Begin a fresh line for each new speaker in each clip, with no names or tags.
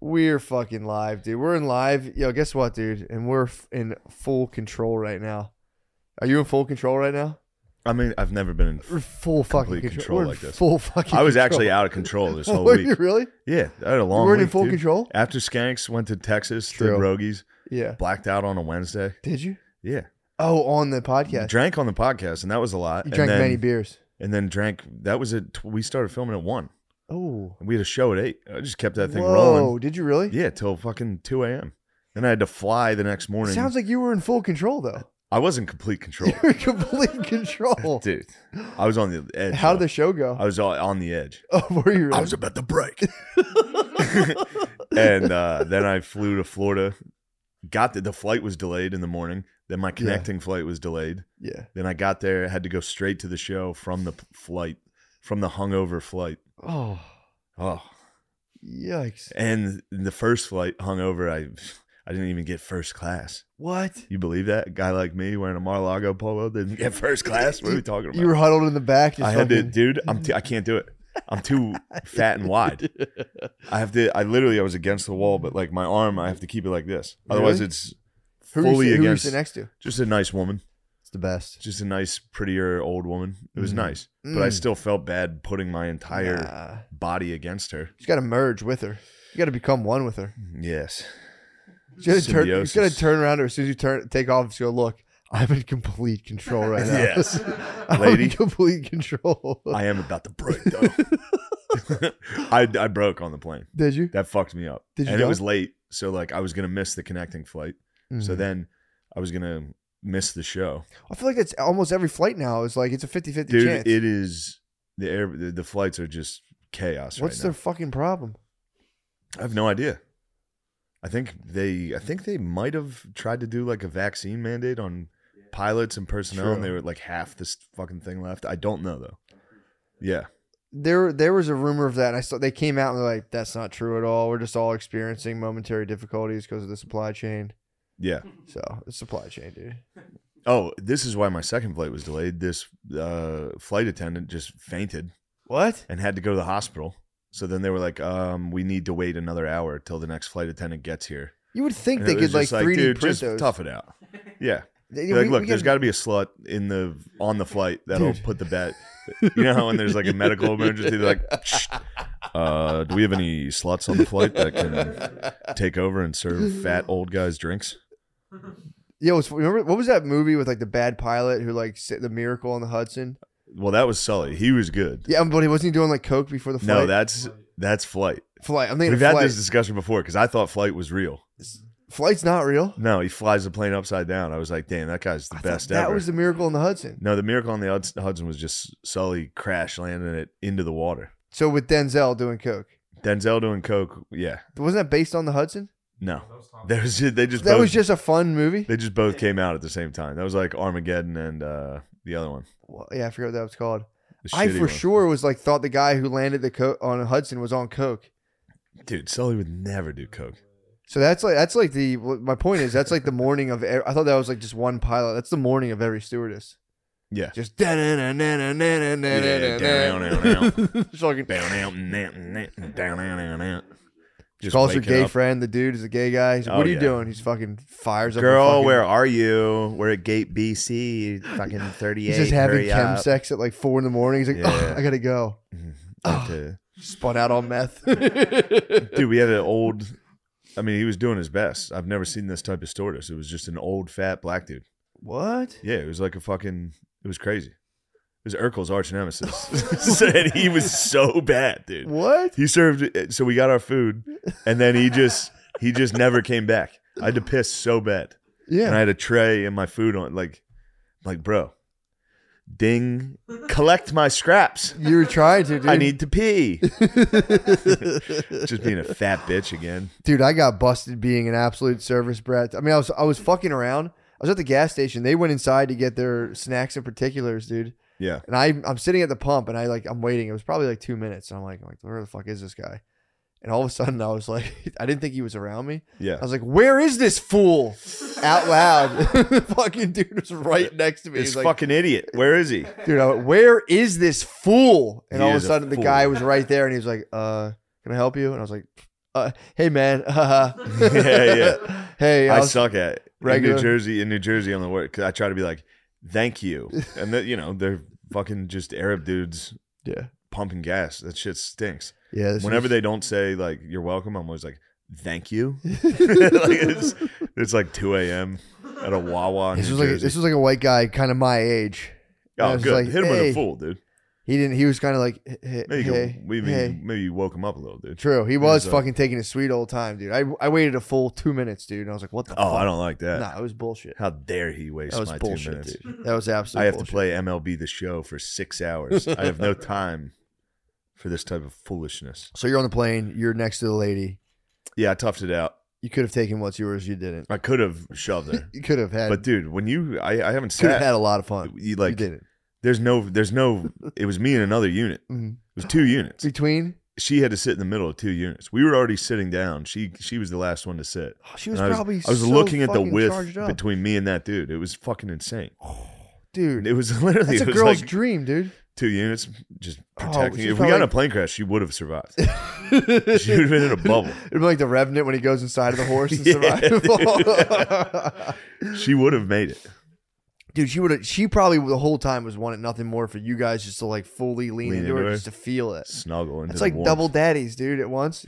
We're fucking live, dude. We're in live. Yo, guess what, dude? And we're f- in full control right now. Are you in full control right now?
I mean, I've never been
We're
in.
full fucking
Complete
control.
control
We're in
like this.
Full fucking.
I was
control.
actually out of control this whole
Were you
week.
really?
Yeah, I had a
You
long.
weren't in
week,
full
dude.
control.
After Skanks went to Texas,
True.
did Rogies,
Yeah.
blacked out on a Wednesday.
Did you?
Yeah,
Oh, on the podcast,
drank on the podcast, and that was a lot.
you
And
drank
then-
many beers.
and then drank. That was it. We started filming at one.
Oh.
And we had a show at eight. I just kept that thing
Whoa!
rolling.
Did you really?
Yeah, till fucking two a.m. Then I had to fly the next morning.
Sounds like you were in full control though.
I was in complete control,
You were in complete control.
dude. I was on the edge.
How did
bro.
the show go?
I was all on the edge.
oh, were you? Really?
I was about to break. and uh, then I flew to Florida. Got the, the flight was delayed in the morning. Then my connecting flight was delayed.
yeah.
Then I got there, had to go straight to the show from the p- flight, from the hungover flight.
Oh,
Oh,
yikes!
and the first flight hungover, I I didn't even get first class.
What?
You believe that? A guy like me wearing a Mar-a-Lago polo didn't get first class? What are we talking about?
You were huddled in the back. Just
I had to,
fucking-
dude. I'm t- I can't do it. I'm too fat and wide. I have to. I literally I was against the wall, but like my arm, I have to keep it like this. Otherwise,
Really?
it's
Who
fully
were you, sit- who were you
against.
sitting next to?
just a nice woman,
It's the best.
just a nice, prettier old woman. It was
Mm.
nice, but I
Mm.
still felt bad putting my entire
Nah.
body against her.
You got to merge with her. You got to become one with her.
Yes,
You got to turn. You got to
Symbiosis.
turn around to her as soon as you turn take off. Just go look. I'm in complete control right now.
Yes.
I'm
Lady.
in complete control.
I am about to break though. I I broke on the plane.
Did you?
That fucked me up.
Did you
and
go?
it was late, so like I was gonna miss the connecting flight. So
Mhm.
then I was gonna miss the show.
I feel like that's almost every flight now. Is like it's a 50-50
dude
chance.
it is the air the, the flights are just chaos
What's
right
their fucking problem?
now. i have no idea i think they i think they might have tried to do like a vaccine mandate on pilots and personnel and
True.
they were like half this fucking thing left i don't know though yeah
There, there was a rumor of that. And I saw they came out and they're like, "That's not true at all. We're just all experiencing momentary difficulties because of the supply chain."
yeah
So it's supply chain, dude.
oh this is why my second flight was delayed this uh, flight attendant just fainted
What?
and had to go to the hospital so then they were like um, we need to wait another hour till the next flight attendant gets here
You would think
And
they
it was
could like
just
3D
dude,
print
just
those.
tough it out yeah
They-
Be
we-
like, look,
we
there's
can-
got to be a slut in the on the flight that'll
Dude.
put the bet. You know how when there's like a medical emergency, they're like, "Shh, uh, "Do we have any sluts on the flight that can take over and serve fat old guys drinks?"
Yo, it's- remember what was that movie with like the bad pilot who like sit the miracle on the Hudson?
Well, that was Sully. He was good.
Yeah, um, but he wasn't he doing like coke before the flight.
No, that's that's flight.
flight. I'm thinking
We've
of
had
flight.
this discussion before because I thought flight was real.
Flight's not real.
No, he flies the plane upside down. I was like, "Damn, that guy's the
I thought
best
That
ever."
was the miracle on the Hudson.
no, the miracle on the Hudson- Hudson was just Sully crash landing it into the water.
So with Denzel doing coke,
Denzel doing coke. Yeah,
wasn't that based on the Hudson?
no, there was they just
That
both-
was just a fun movie.
They just both came out at the same time. That was like Armageddon and uh, the other one.
Well, yeah, I forgot what that was called.
The
I
shitty
for
one.
sure was like thought the guy who landed the coke on Hudson was on coke.
dude, Sully would never do coke.
So that's like that's like the my point is that's like the morning of ev- I thought that was like just one pilot. That's the morning of every stewardess.
Yeah.
Just fucking
Down out, nap, nap, down out, out, out. Just
calls her
waking
gay
up.
friend. The dude is a gay guy. He's like, what
Oh,
are you
yeah.
doing? He's fucking fires up. a
Girl,
fucking,
where are you? We're at Gate BC. you Fucking thirty-eight.
he's just having
hurry
chem
up.
sex at like four in the morning. He's like,
Yeah.
oh, I gotta go.
Have to-
Spun out on meth.
Dude, we had an old. I mean, he was doing his best. I've never seen this type of stewardess. It was just an old fat black dude.
what?
Yeah, it was like a fucking. It was crazy. It was Urkel's arch nemesis. Said he was so bad, dude.
What?
He served eh, so we got our food and then he just he just never came back. I had to piss so bad. And I
Yeah.
had a tray and my food on like like bro. Ding collect my scraps.
You were trying to, dude.
I need to pee. just being a fat bitch again.
dude, I got busted being an absolute service brat. I mean, I was I was fucking around. I was at the gas station. They went inside to get their snacks and particulars, dude.
Yeah.
And I I'm sitting at the pump and I like I'm waiting. It was probably like two minutes. And I'm like, I'm like, where the fuck is this guy? And all of a sudden I was like, I didn't think he was around me. I
Yeah.
was like, where is this fool? Out loud. fucking dude was right next to me.
This
He's like,
fucking idiot. Where is he?
dude, I went, where is this fool? And
He
all of a
is a
sudden the
fool.
guy was right there and he was like, uh, can I help you? And I was like, uh, hey man,
Yeah, yeah.
Hey,
I
I'll-
suck at it. in
Regular.
New Jersey. In New Jersey, on the work, 'cause I try to be like, "Thank you," and that you know they're fucking just Arab dudes
yeah,
pumping gas. That shit stinks.
yeah. this
Whenever
was-
they don't say like "You're welcome," I'm always like, "Thank you." like, it's, it's like 2 a.m. at a Wawa. In
this
New
was like
Jersey.
this was like a white guy, kind of my age. I
oh
was
good.
like,
Hit him with
hey.
a fool, dude.
He didn't. He was kind of like, "Hey, hey,
Maybe you
hey,
can, maybe,
hey."
maybe you woke him up a little, dude.
True. He was
so-
fucking taking his sweet old time, dude. I, I waited a full two minutes, dude, and I was like, what the?
Oh,
fuck?
I don't like that.
Nah, it was bullshit.
How dare he waste
That was
my two
bullshit,
minutes?
dude. That was absolutely.
I have to
bullshit.
play MLB the show for six hours. I have no time for this type of foolishness.
So you're on the plane. You're next to the lady.
Yeah, I toughed it out.
You could have taken what's yours. You didn't.
I could have shoved her,
You could have had.
but dude, when you, I, I haven't
could have
sat.
had a lot of fun.
You
you
like,
didn't.
there's no, there's no. It was me and another unit.
Mhm.
It was two units.
Between,
She had to sit in the middle of two units. We were already sitting down. She, she was the last one to sit.
oh, she was
And I was,
probably.
I was
so
looking at the
fucking charged
width
up.
between me and that dude. It was fucking insane.
dude.
It was literally
That's a
it was
girl's
like
dream, dude.
two units just
Oh,
protecting.
she's
you. if we
probably
got in a
like-
plane crash, she would have survived.
She
She would have been in a bubble.
It'd be like the Revenant when he goes inside of the horse and
Yeah,
survival.
She would have made it.
dude, she would have. She probably the whole time was wanting nothing more for you guys just to like fully lean,
Lean
into,
into
it,
her.
just to feel it.
Snuggle into
It's
the
like
warmth.
double daddies, dude. At once,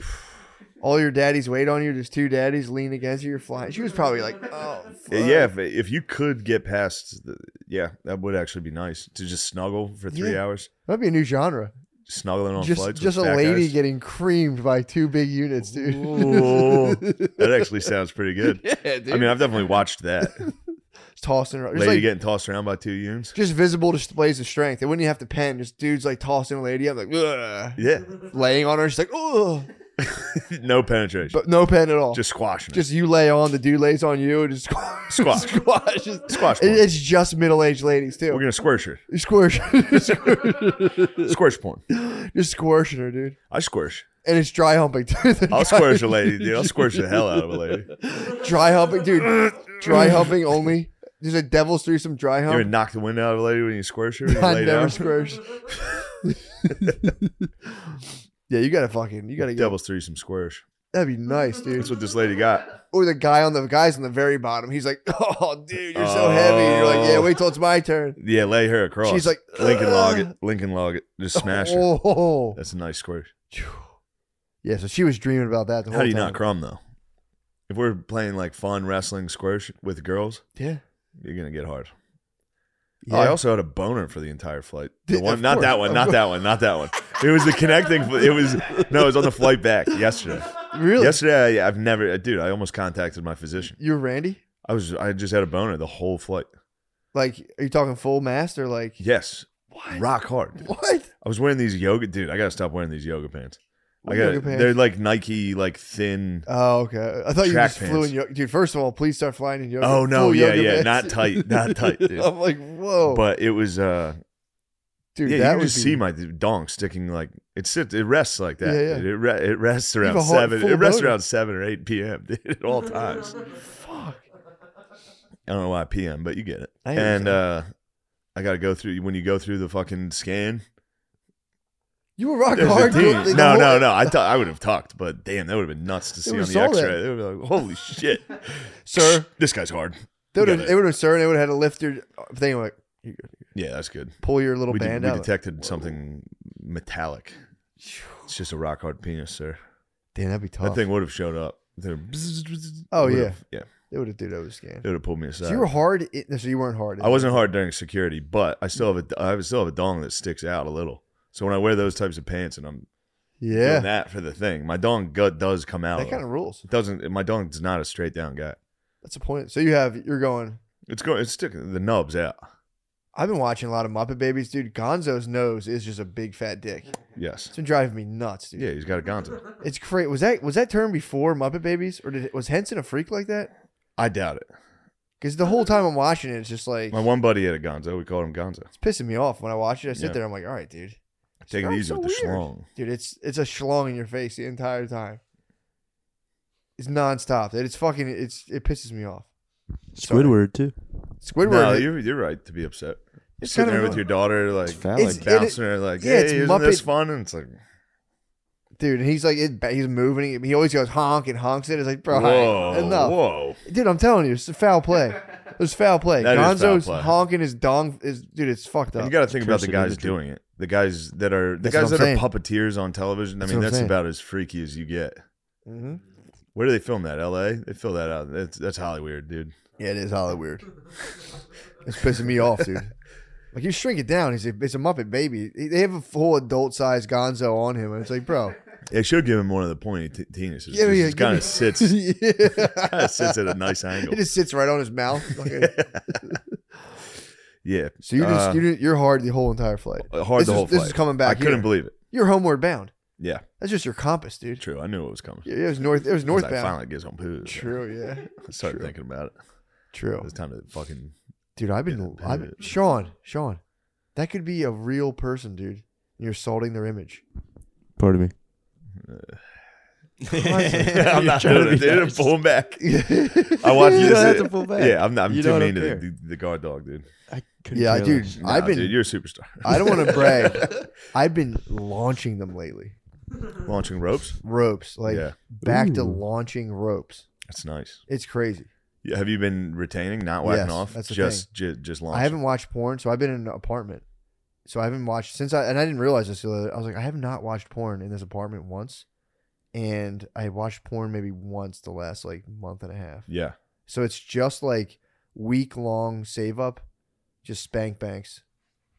all your daddies wait on you. There's two daddies lean against you. You're flying. She was probably like, oh, fuck.
Yeah, Yeah, if, if you could get past, the, yeah, that would actually be nice to just snuggle for three
Yeah.
hours,
That'd be a new genre.
snuggling on
Just,
flights.
just a
with fat
lady
guys.
getting creamed by two big units, dude.
Ooh, that actually sounds pretty good.
yeah, dude.
I mean, I've definitely watched that
Just tossing around. Just
lady
like,
getting tossed around by two units.
just visible displays of strength. They wouldn't even have to pen. Just dudes like tossing a lady. I'm like, Ugh.
Yeah,
laying on her. She's like, oh,
no penetration,
but no pen at all. Just,
just squashing. it.
just you lay on. The dude lays on you. And just squash,
Squash.
squash. Just,
Squash
It-
porn.
it's just middle aged ladies
We're
too.
gonna squish her.
Squish,
Squish porn.
just squishing her, dude.
I squish.
And it's dry humping too. The guy-
I'll squish a lady, dude. I'll squish the hell out of a lady.
Dry humping, dude. Dry humping only. There's a devil's threesome dry
You ever
hump.
knock the wind out of a lady when you squish her? when You
I
lay
never
down?
squish. yeah, you gotta fucking, you gotta get.
Devil's threesome squish.
That'd be nice, dude.
That's what this lady got.
or the guy on the guys on the very bottom. He's like, "Oh, dude, you're so heavy." And you're
Oh.
like, "Yeah, wait till it's my turn."
Yeah, lay her across.
She's like,
Lincoln log
"Ugh."
it. Lincoln log it. Just smash her.
Oh,
That's a nice squish.
yeah. So she was dreaming about that the whole
How do you
time.
not crumb though? If we're playing like fun wrestling squish with girls,
Yeah.
you're gonna get hard.
yeah.
Oh, I also had a boner for the entire flight. The
Of
one, not that
course,
one,
of
not that one, not that one. It was the connecting. fl- It was no, it was on the flight back yesterday.
really?
Yesterday, I, I've never, uh, dude. I almost contacted my physician.
You're Randy.
I was, I just had a boner the whole flight.
Like, are you talking full mast or like
Yes,
what?
rock hard. dude.
What?
I was wearing these yoga, dude. I gotta stop wearing these yoga pants. I
What
got
yoga pants?
they're like Nike, like thin.
Oh, okay. I thought you
Track
just flew in
pants.
yoga, dude. First of all, please start flying in yoga.
Oh no,
Full
yeah,
yoga
yeah,
pants.
not tight, not tight, dude.
I'm like, whoa,
But it was, uh,
Oh. dude.
yeah,
that
you
would
just
be,
see my dong sticking like it sits, it rests like that.
Yeah, yeah.
dude. It re- it rests
have
around
a hard-
seven,
full
it rests
boner.
around seven or eight p.m. Dude, at all times.
Fuck.
I don't know why p.m., but you get it.
I
and
understand.
uh, I gotta go through when you go through the fucking scan.
You were rock
There's
hard.
a
dude.
team.
The
No,
whole-
no, no. I thought I would have talked, but damn, that would have been nuts to see on
would've
the
saw that.
X-ray. They would have been like, holy shit,
Sir.
this guy's hard.
They would have,
Yeah.
they would have, sir, they would have had to lift your thing, like
Yeah, that's good.
pull your little
We, de-
band
we
out.
detected something metallic. It's just a rock hard penis, sir.
Damn, that'd be tough.
That thing would have showed up. They were-
Oh,
would
yeah.
have- yeah.
they would have did over scan.
It would have pulled me
So
aside.
you were hard. i- So you weren't hard.
I wasn't hard during security, but I still have a I still have a dong that sticks out a little. So when I wear those types of pants and I'm
Yeah,
doing that for the thing, my dong gut does come out.
that
a
kind of
little.
rules.
it doesn't. My dong's not a straight down guy.
That's the point. So you have you're going.
It's going. It's sticking the nubs out.
I've been watching a lot of Muppet Babies, dude. Gonzo's nose is just a big fat dick.
Yes.
It's been driving me nuts, dude.
Yeah, he's got a gonzo.
It's great. Was that was that term before Muppet Babies, or did it, was Henson a freak like that?
I doubt it.
Because the whole time I'm watching it, it's just like
My one buddy had a gonzo. We called him Gonzo.
it's pissing me off. When I watch it, I sit
Yeah.
there, I'm like, all right, dude,
Take it
That's
easy
so
with the
weird.
schlong.
dude, it's it's a schlong in your face the entire time. It's nonstop. Dude. It's fucking. It's it pisses me off. Sorry.
Squidward too.
Squidward.
No,
it-
you're, you're right to be upset. You're
It's
sitting
kind
there
of
with your daughter, like
It's phallic.
It's-
bouncing her, like,
yeah,
yeah,
it's
hey, isn't this
Muppet-
fun? And it's like,
dude. And he's like, it, he's moving. He always goes honk and honks it. It's like, bro,
whoa,
hey, enough,
whoa.
dude. I'm telling you, it's a foul play. It's foul play.
That is foul
Gonzo's
play.
honking his dong. Is dude, it's fucked
And
up.
you got to think about the
Atrocity
guys
of the truth.
doing it. The guys that are the
That's what
guys
I'm
that
saying.
are puppeteers on television. I
That's
mean,
what I'm
that's
saying.
about as freaky as you get.
Mhm.
Where do they film that? L.A. They fill that out. That's that's Hollywood, dude.
Yeah, it is holly weird. It's pissing me off, dude. Like you shrink it down. He's a, it's a Muppet baby. They have a full adult size Gonzo on him, and it's like, bro,
They should give him one of the pointy t- penises.
Yeah,
Yeah,
yeah, give
kind
me-
of sits
yeah.
kind of sits at a nice
it
angle.
just sits right on his mouth. Fucking-
Yeah,
So you just
Uh,
you did, you're hard the whole entire flight.
hard
This
the
is-
whole
this is
flight.
coming back
I couldn't
here.
believe it.
You're homeward bound.
Yeah,
That's just your compass, dude.
true. I knew it was coming.
Yeah, It was north. It was
'Cause I
northbound.
finally get some poo.
True. Yeah.
I started
True.
thinking about it.
True.
It's time to fucking.
Dude, I've been,
Yeah,
I've been
dude.
Sean, Sean, that could be a real person, dude. You're assaulting their image.
Pardon me.
I'm
I'm not doing it, dude. I'm pulling back.
I
I watched
You
this.
don't have to pull back.
Yeah, I'm not. I'm
You
too
don't
mean to
care.
the, the guard dog, dude.
I couldn't
Yeah,
care
dude.
less.
Nah,
I've been,
dude, you're a superstar.
I don't want to brag. I've been launching them lately.
Launching ropes.
Ropes, like
yeah,
back to
Ooh.
launching ropes.
that's nice.
It's crazy.
Yeah, Have you been retaining, not whacking
Yes,
off?
that's the
just, ju- just launching.
I haven't watched porn, so I've been in an apartment. So I haven't watched since I and I didn't realize this. the other- I was like, I have not watched porn in this apartment once, and I watched porn maybe once the last like month and a half.
Yeah,
So it's just like week long save up, just spank banks,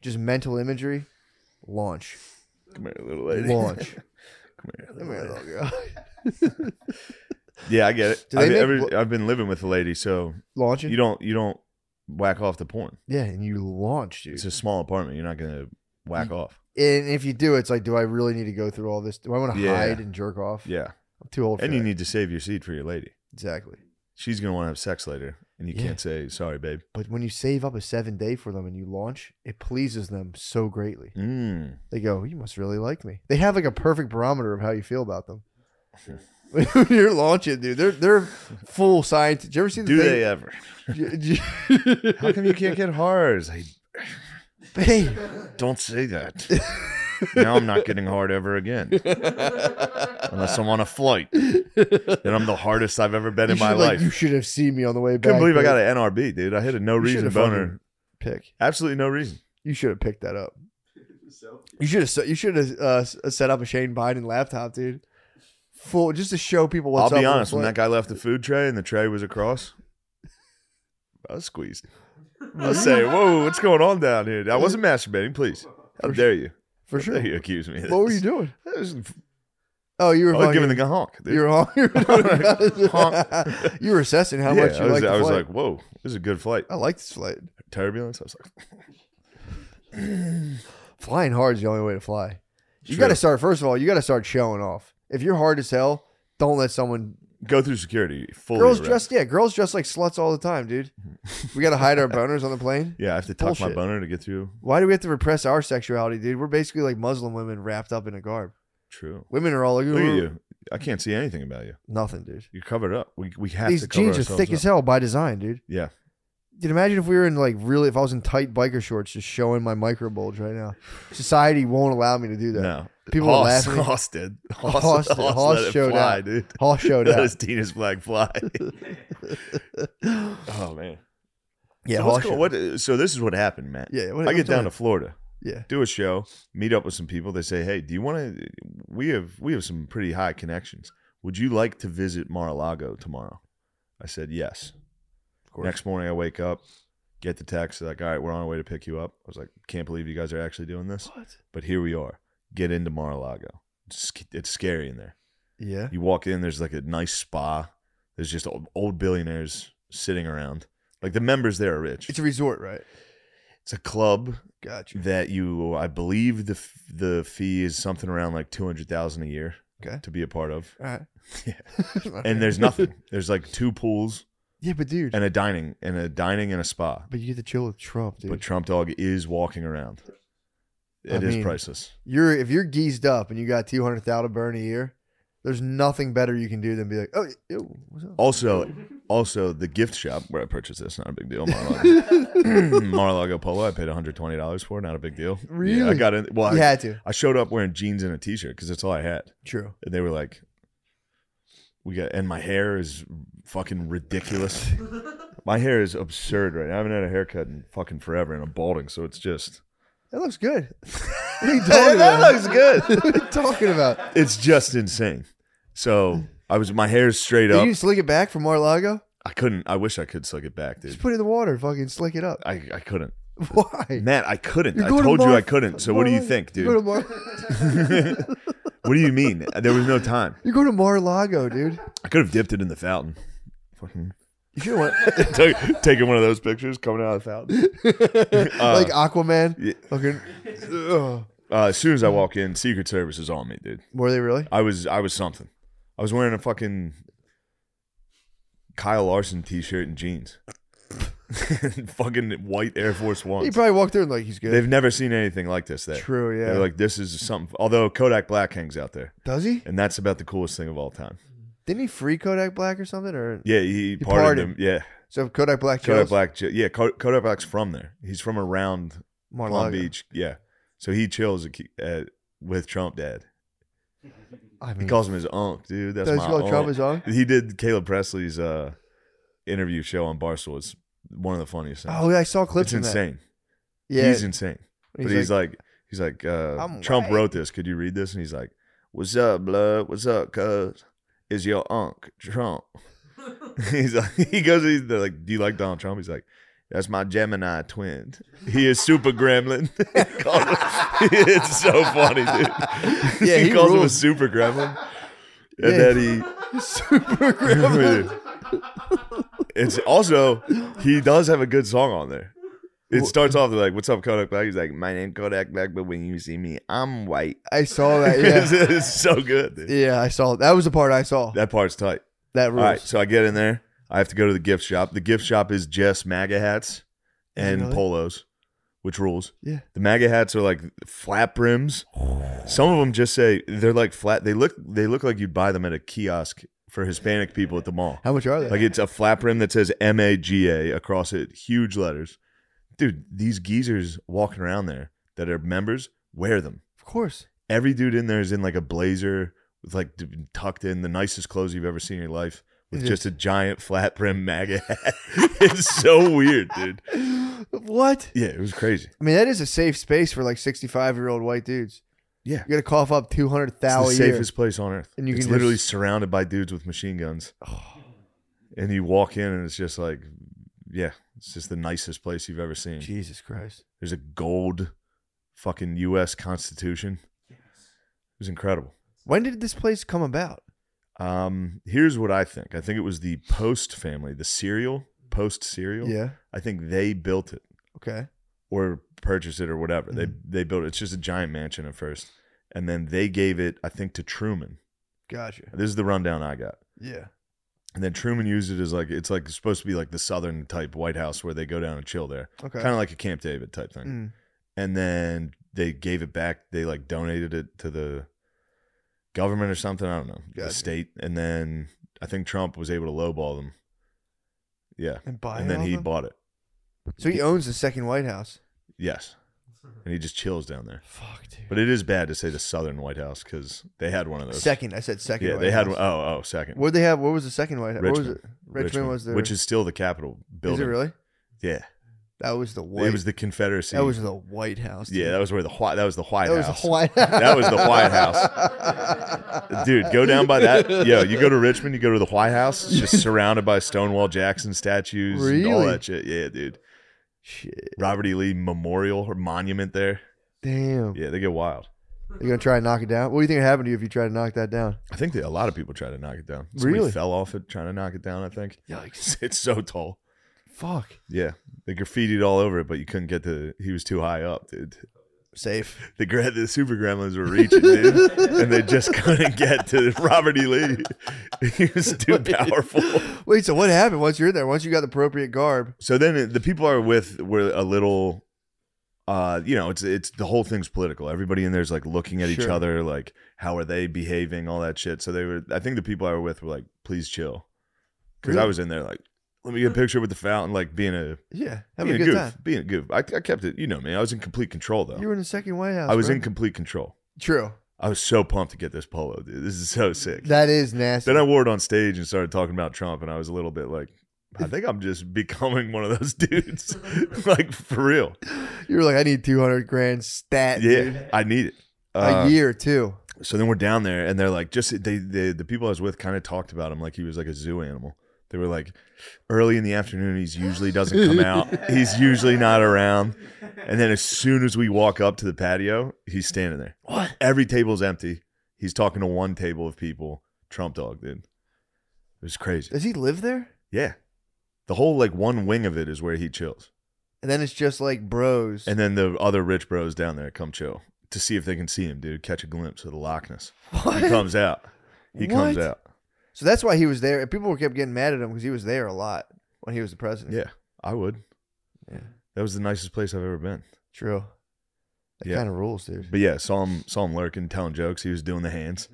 just mental imagery, launch,
come here, little lady.
launch.
Come here,
Come
little
here,
lady.
little girl.
Yeah, I get it.
Do they
I've,
make
every-
bl-
I've been living with a lady, so
Launching.
you don't you don't whack off the porn.
yeah, and you launch, dude. Mm.
It's a small apartment. You're not gonna whack off.
and if you do, it's like, do I really need to go through all this? Do I want to
Yeah.
hide and jerk off?
Yeah,
I'm too old for
and you
that.
need to save your seed for your lady.
exactly.
She's gonna want to have sex later, and you
Yeah.
can't say sorry, babe.
But when you save up a seven day for them and you launch, it pleases them so greatly.
Mm.
They go, "You must really like me." They have like a perfect barometer of how you feel about them. When You're launching, dude. They're they're full science. Did you ever see the
Do
thing?
they ever? How
How
come you can't get hard? I
Babe.
don't say that. now I'm not getting hard ever again, unless I'm on a flight. Then I'm the hardest I've ever been
You
in my
should, like,
life.
you should have seen me on the way back.
Couldn't believe I
babe.
got an NRB, dude. I hit a no
You
reason
should've
boner.
fucking pick.
Absolutely no reason.
You should have picked that up. You should have. You should have uh, s- set up a Shane Biden laptop, dude. Full just to show people what's up.
I'll be
on the
honest. When
flight.
that guy left the food tray and the tray was across, I was squeezed. I was saying, "Whoa, what's going on down here?" I wasn't masturbating. Please, how dare you?
for
How
sure.
dare you accuse me? Of this?
What were you doing?
I was,
Oh, you
I
were
was
fucking,
giving the guy a honk. dude.
you were on. You were,
Honk.
you were assessing how
Yeah,
much you
I was,
liked the
I was
flight. Oh.
like, "Whoa, this is a good flight."
I like this flight.
Turbulence. I was like,
Flying hard is the only way to fly. You
True.
got to start. First of all, you got to start showing off. If you're hard as hell, don't let someone.
"Go through security." Fully
girls
erect.
dress, yeah, girls dress like sluts all the time, dude. we got to hide our boners on the plane.
Yeah, I have to tuck my
Bullshit.
boner to get through.
Why do we have to repress our sexuality, dude? We're basically like Muslim women wrapped up in a garb.
True.
Women are all like,
Look at
"Ooh,
you. I can't see anything about you.
nothing, dude.
You're covered up. We, we have
These
to cover
jeans are
ourselves
thick
up.
as hell by design, dude.
Yeah.
Dude, imagine if we were in like really, if I was in tight biker shorts, just showing my micro bulge right now. Society won't allow me to do that.
No.
People
Hoss,
are laughing. Hoss,
Hoss did. Hoss,
Hoss
Hoss,
did. Hoss
let it
showed
fly,
out.
dude.
showed
Let
out.
his teenage flag fly. oh man.
yeah,
so,
Hoss
what's going-
showed-
what- so this is what happened, Matt.
Yeah, what,
I
I'm
get down
telling
to Florida,
you. yeah.
do a show, meet up with some people. They say, "Hey, do you want to? We have we have some pretty high connections. Would you like to visit Mar-a-Lago tomorrow?" I said, "Yes."
course.
Next morning, I wake up, get the text. They're like, "All right, we're on our way to pick you up." I was like, "Can't believe you guys are actually doing this,"
What?
but here we are. Get into Mar-a-Lago. It's, sc- it's scary in there.
Yeah.
You walk in, there's like a nice spa. There's just old, old billionaires sitting around. Like the members there are rich.
It's a resort, right?
It's a club
Gotcha.
that you, I believe the f- the fee is something around like two hundred thousand a year
Okay.
to be a part of.
All right.
Yeah. And there's nothing. There's like two pools
yeah, but dude,
and a dining and a dining and a spa.
but you get to chill with Trump, dude.
But Trump Dog is walking around.
I
It is
mean-
priceless.
you're if you're geezed up and you got two hundred thousand burn a year, There's nothing better you can do than be like, oh, ew, what's up?
Also, also the gift shop where I purchased this, not a big deal. Mar-a-Lago, Mar-a-Lago polo, I paid $120 for, not a big deal. Yeah, I
Really?
got in. Well,
you
I,
had to.
I showed up wearing jeans and a t-shirt because that's all I had,
True.
and they were like, "We got." And my hair is fucking ridiculous. my hair is absurd right now. I haven't had a haircut in fucking forever, and I'm balding, so it's just.
That looks good. What are you talking about?
looks good.
what are you talking about?
it's just insane. So I was my hair's straight
Did
up.
you slick it back from Mar-a-Lago?
I couldn't. I wish I could slick it back,
Just
dude.
put it in the water. Fucking slick it up.
I, I couldn't.
Why?
Matt, I couldn't.
You're
I
going to
told you
Mar-
I couldn't. So what do you
Mar-a-Lago.
think,
You go,
dude?
to Mar-
What do you mean? There was no time.
you go to Mar-a-Lago, dude.
I could have dipped it in the fountain. Fucking
You should went
Take- taking one of those pictures coming out of the fountain.
like Aquaman.
Uh, yeah.
Fucking. Ugh.
Uh, as soon as I walk in, Secret Service is on me, dude.
Were they really?
I was I was something. I was wearing a fucking Kyle Larson t-shirt and jeans. fucking white Air Force
He
Ones.
probably walked through and like he's good.
They've never seen anything like this there.
True. Yeah.
They're like, this is something. Although Kodak Black hangs out there,
Does he?
and that's about the coolest thing of all time.
Didn't he free Kodak Black or something? Or
Yeah, he, pardoned,
pardoned.
him. Yeah,
so Kodak Black.
Kodak
chose
Black. chi- Yeah, Ko- Kodak Black's from there. He's from around Palm
Mar-a-Lago.
Beach. Yeah, so he chills at, at, with Trump Dad.
I
He
mean,
calls him his unc, dude. That's
does he
my
call Hmm. Trump
unc.
his own?
He did Caleb Presley's uh, interview show on Barstool. It's one of the funniest things.
Oh, yeah, I saw clips.
it's
from that.
insane.
Yeah,
He's insane. But he's like, he's like, uh,
I'm
Trump
white.
wrote this. Could you read this? And he's like, "What's up, blood? What's up, cuz? Is your unc Trump?" he's like, he goes, he's they're like, "Do you like Donald Trump?" He's like, "That's my Gemini twin. He is super gremlin." He called him- it's so funny, dude.
Yeah,
he,
he
calls him a
rules.
super gremlin, and
Yeah.
then he.
super gremlin.
It's also he does have a good song on there. It starts off like, "What's up, Kodak Black?" He's like, "My name Kodak Black, but when you see me, I'm white."
I saw that.
it's,
Yeah,
it's so good. dude.
yeah, I saw that was the part I saw. That,
That part's tight.
rules.
All right, so I get in there. I have to go to the gift shop. The gift shop is just MAGA hats and
Really?
polos, which rules.
Yeah.
The MAGA hats are like flat brims. Some of them just say they're like flat. They look they look like you'd buy them at a kiosk for Hispanic people at the mall.
How much are they?
Like it's a flat rim that says M A G A across it, huge letters. Dude, these geezers walking around there that are members wear them.
of course.
Every dude in there is in like a blazer with like d- tucked in the nicest clothes you've ever seen in your life with
Is it-
just a giant flat brim MAGA hat. it's so weird, dude.
What?
Yeah, it was crazy.
I mean, that is a safe space for like sixty-five-year-old white dudes.
Yeah.
you got to cough up two hundred
It's the
thousand a year.
safest place on earth.
And you
it's
can
literally
just- Oh.
surrounded by dudes with machine guns. And you walk in and it's just like, yeah, it's just the nicest place you've ever seen.
Jesus Christ!
There's a gold fucking U.S. Constitution. It was incredible.
When did this place come about?
Um, here's what I think. I think it was the Post family, the cereal, Post cereal.
Yeah.
I think they built it
Okay.
or purchased it or whatever.
Mm-hmm.
They they built it. It's just a giant mansion at first, and then they gave it, I think, to Truman.
Gotcha.
This is the rundown I got.
Yeah.
And then Truman used it as like it's like supposed to be like the southern type White House where they go down and chill there,
Okay.
kind of like a Camp David type thing.
Mm.
and then they gave it back. They like donated it to the government or something. I don't know the
Gotcha.
state. And then I think Trump was able to lowball them. Yeah,
And buy.
and then he bought it.
So he owns the second White House.
Yes, and he just chills down there.
Fuck, dude.
But it is bad to say the Southern White House because they had one of those.
Second, I said second.
yeah,
White
they had
House.
one oh oh second.
What they have? What was the second White House? What was it?
Richmond.
Richmond, was the
which is still the Capitol
Is
building.
it really?
Yeah,
That was the White.
it was the Confederacy.
that was the White House. dude.
yeah, that was where the White. That was the White
that was
House.
the White.
That was the White
House.
Dude, go down by that. Yo, you go to Richmond, you go to the White House, it's just surrounded by Stonewall Jackson statues and all
Really?
that shit. Yeah, dude.
Shit.
Robert E. Lee Memorial or Monument there.
Damn.
Yeah, they get wild.
You gonna try and knock it down? What do you think happened to you if you try to knock that down?
I think that a lot of people try to knock it down. Somebody
Really?
fell off it trying to knock it down, I think.
Yikes.
It's so tall.
Fuck.
Yeah. They graffitied all over it, but you couldn't get to he was too high up, dude.
Safe.
The gra- the super gremlins were reaching, dude. and they just couldn't get to Robert E. Lee. He was too powerful.
Wait. So what happened once you're in there? Once you got the appropriate garb?
So then it- the people I were with were a little uh, you know, it's it's the whole thing's political. Everybody in there's like looking at each
Sure.
other, like how are they behaving, all that shit. So they were, I think the people I were with were like, please chill, because I
Really?
was in there like, let me get a picture with the fountain, like being a
Yeah, having
being
a good
goof,
time.
being a goof. I, I kept it, you know me. I was in complete control though.
You were in the second White House.
I was
bro.
in complete control.
True.
I was so pumped to get this polo, dude. This is so sick.
That is nasty.
then I wore it on stage and started talking about Trump, and I was a little bit like, I think I'm just becoming one of those dudes, like for real.
you were like, I need two hundred grand stat.
Yeah,
dude.
I need it. Uh,
a year too.
so then we're down there and they're like just they, they the people i was with kind of talked about him like he was like a zoo animal they were like early in the afternoon he's usually doesn't come out he's usually not around and then as soon as we walk up to the patio he's standing there what every table's empty he's talking to one table of people trump dog dude it was crazy
Does he live there?
yeah the whole like one wing of it is where he chills
And then it's just like bros.
and then the other rich bros down there come chill to see if they can see him dude catch a glimpse of the loch ness
What?
he comes out he comes
What?
out
So that's why he was there. And people were kept getting mad at him because he was there a lot when he was the president.
Yeah, I would.
Yeah.
That was the nicest place I've ever been.
True. That
Yeah.
kind of rules, dude.
But yeah, saw him saw him lurking, telling jokes. He was doing the hands.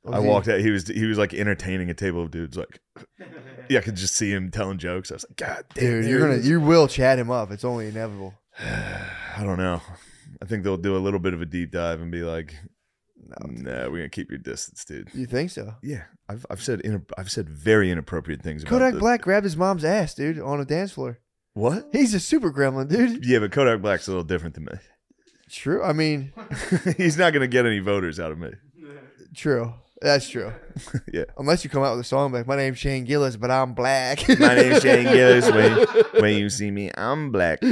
What was
I
Oh, he-
walked out. He was he was like entertaining a table of dudes. Like, yeah, I could just see him telling jokes. I was like, God damn,
Dude,
there
you're
he
gonna
is."
you will chat him up. It's only inevitable.
I don't know. I think they'll do a little bit of a deep dive and be like, No, we're gonna keep your distance, dude.
You think so?
Yeah, I've I've said in, I've said very inappropriate things. About
Kodak
the-
Black grabbed his mom's ass, dude, on a dance floor.
What?
He's a super gremlin, dude.
Yeah, but Kodak Black's a little different than me.
True. I mean,
He's not gonna get any voters out of me.
true. That's true.
Yeah.
Unless you come out with a song like "My name's Shane Gillis, but I'm black."
My name's Shane Gillis. When, when you see me, I'm black.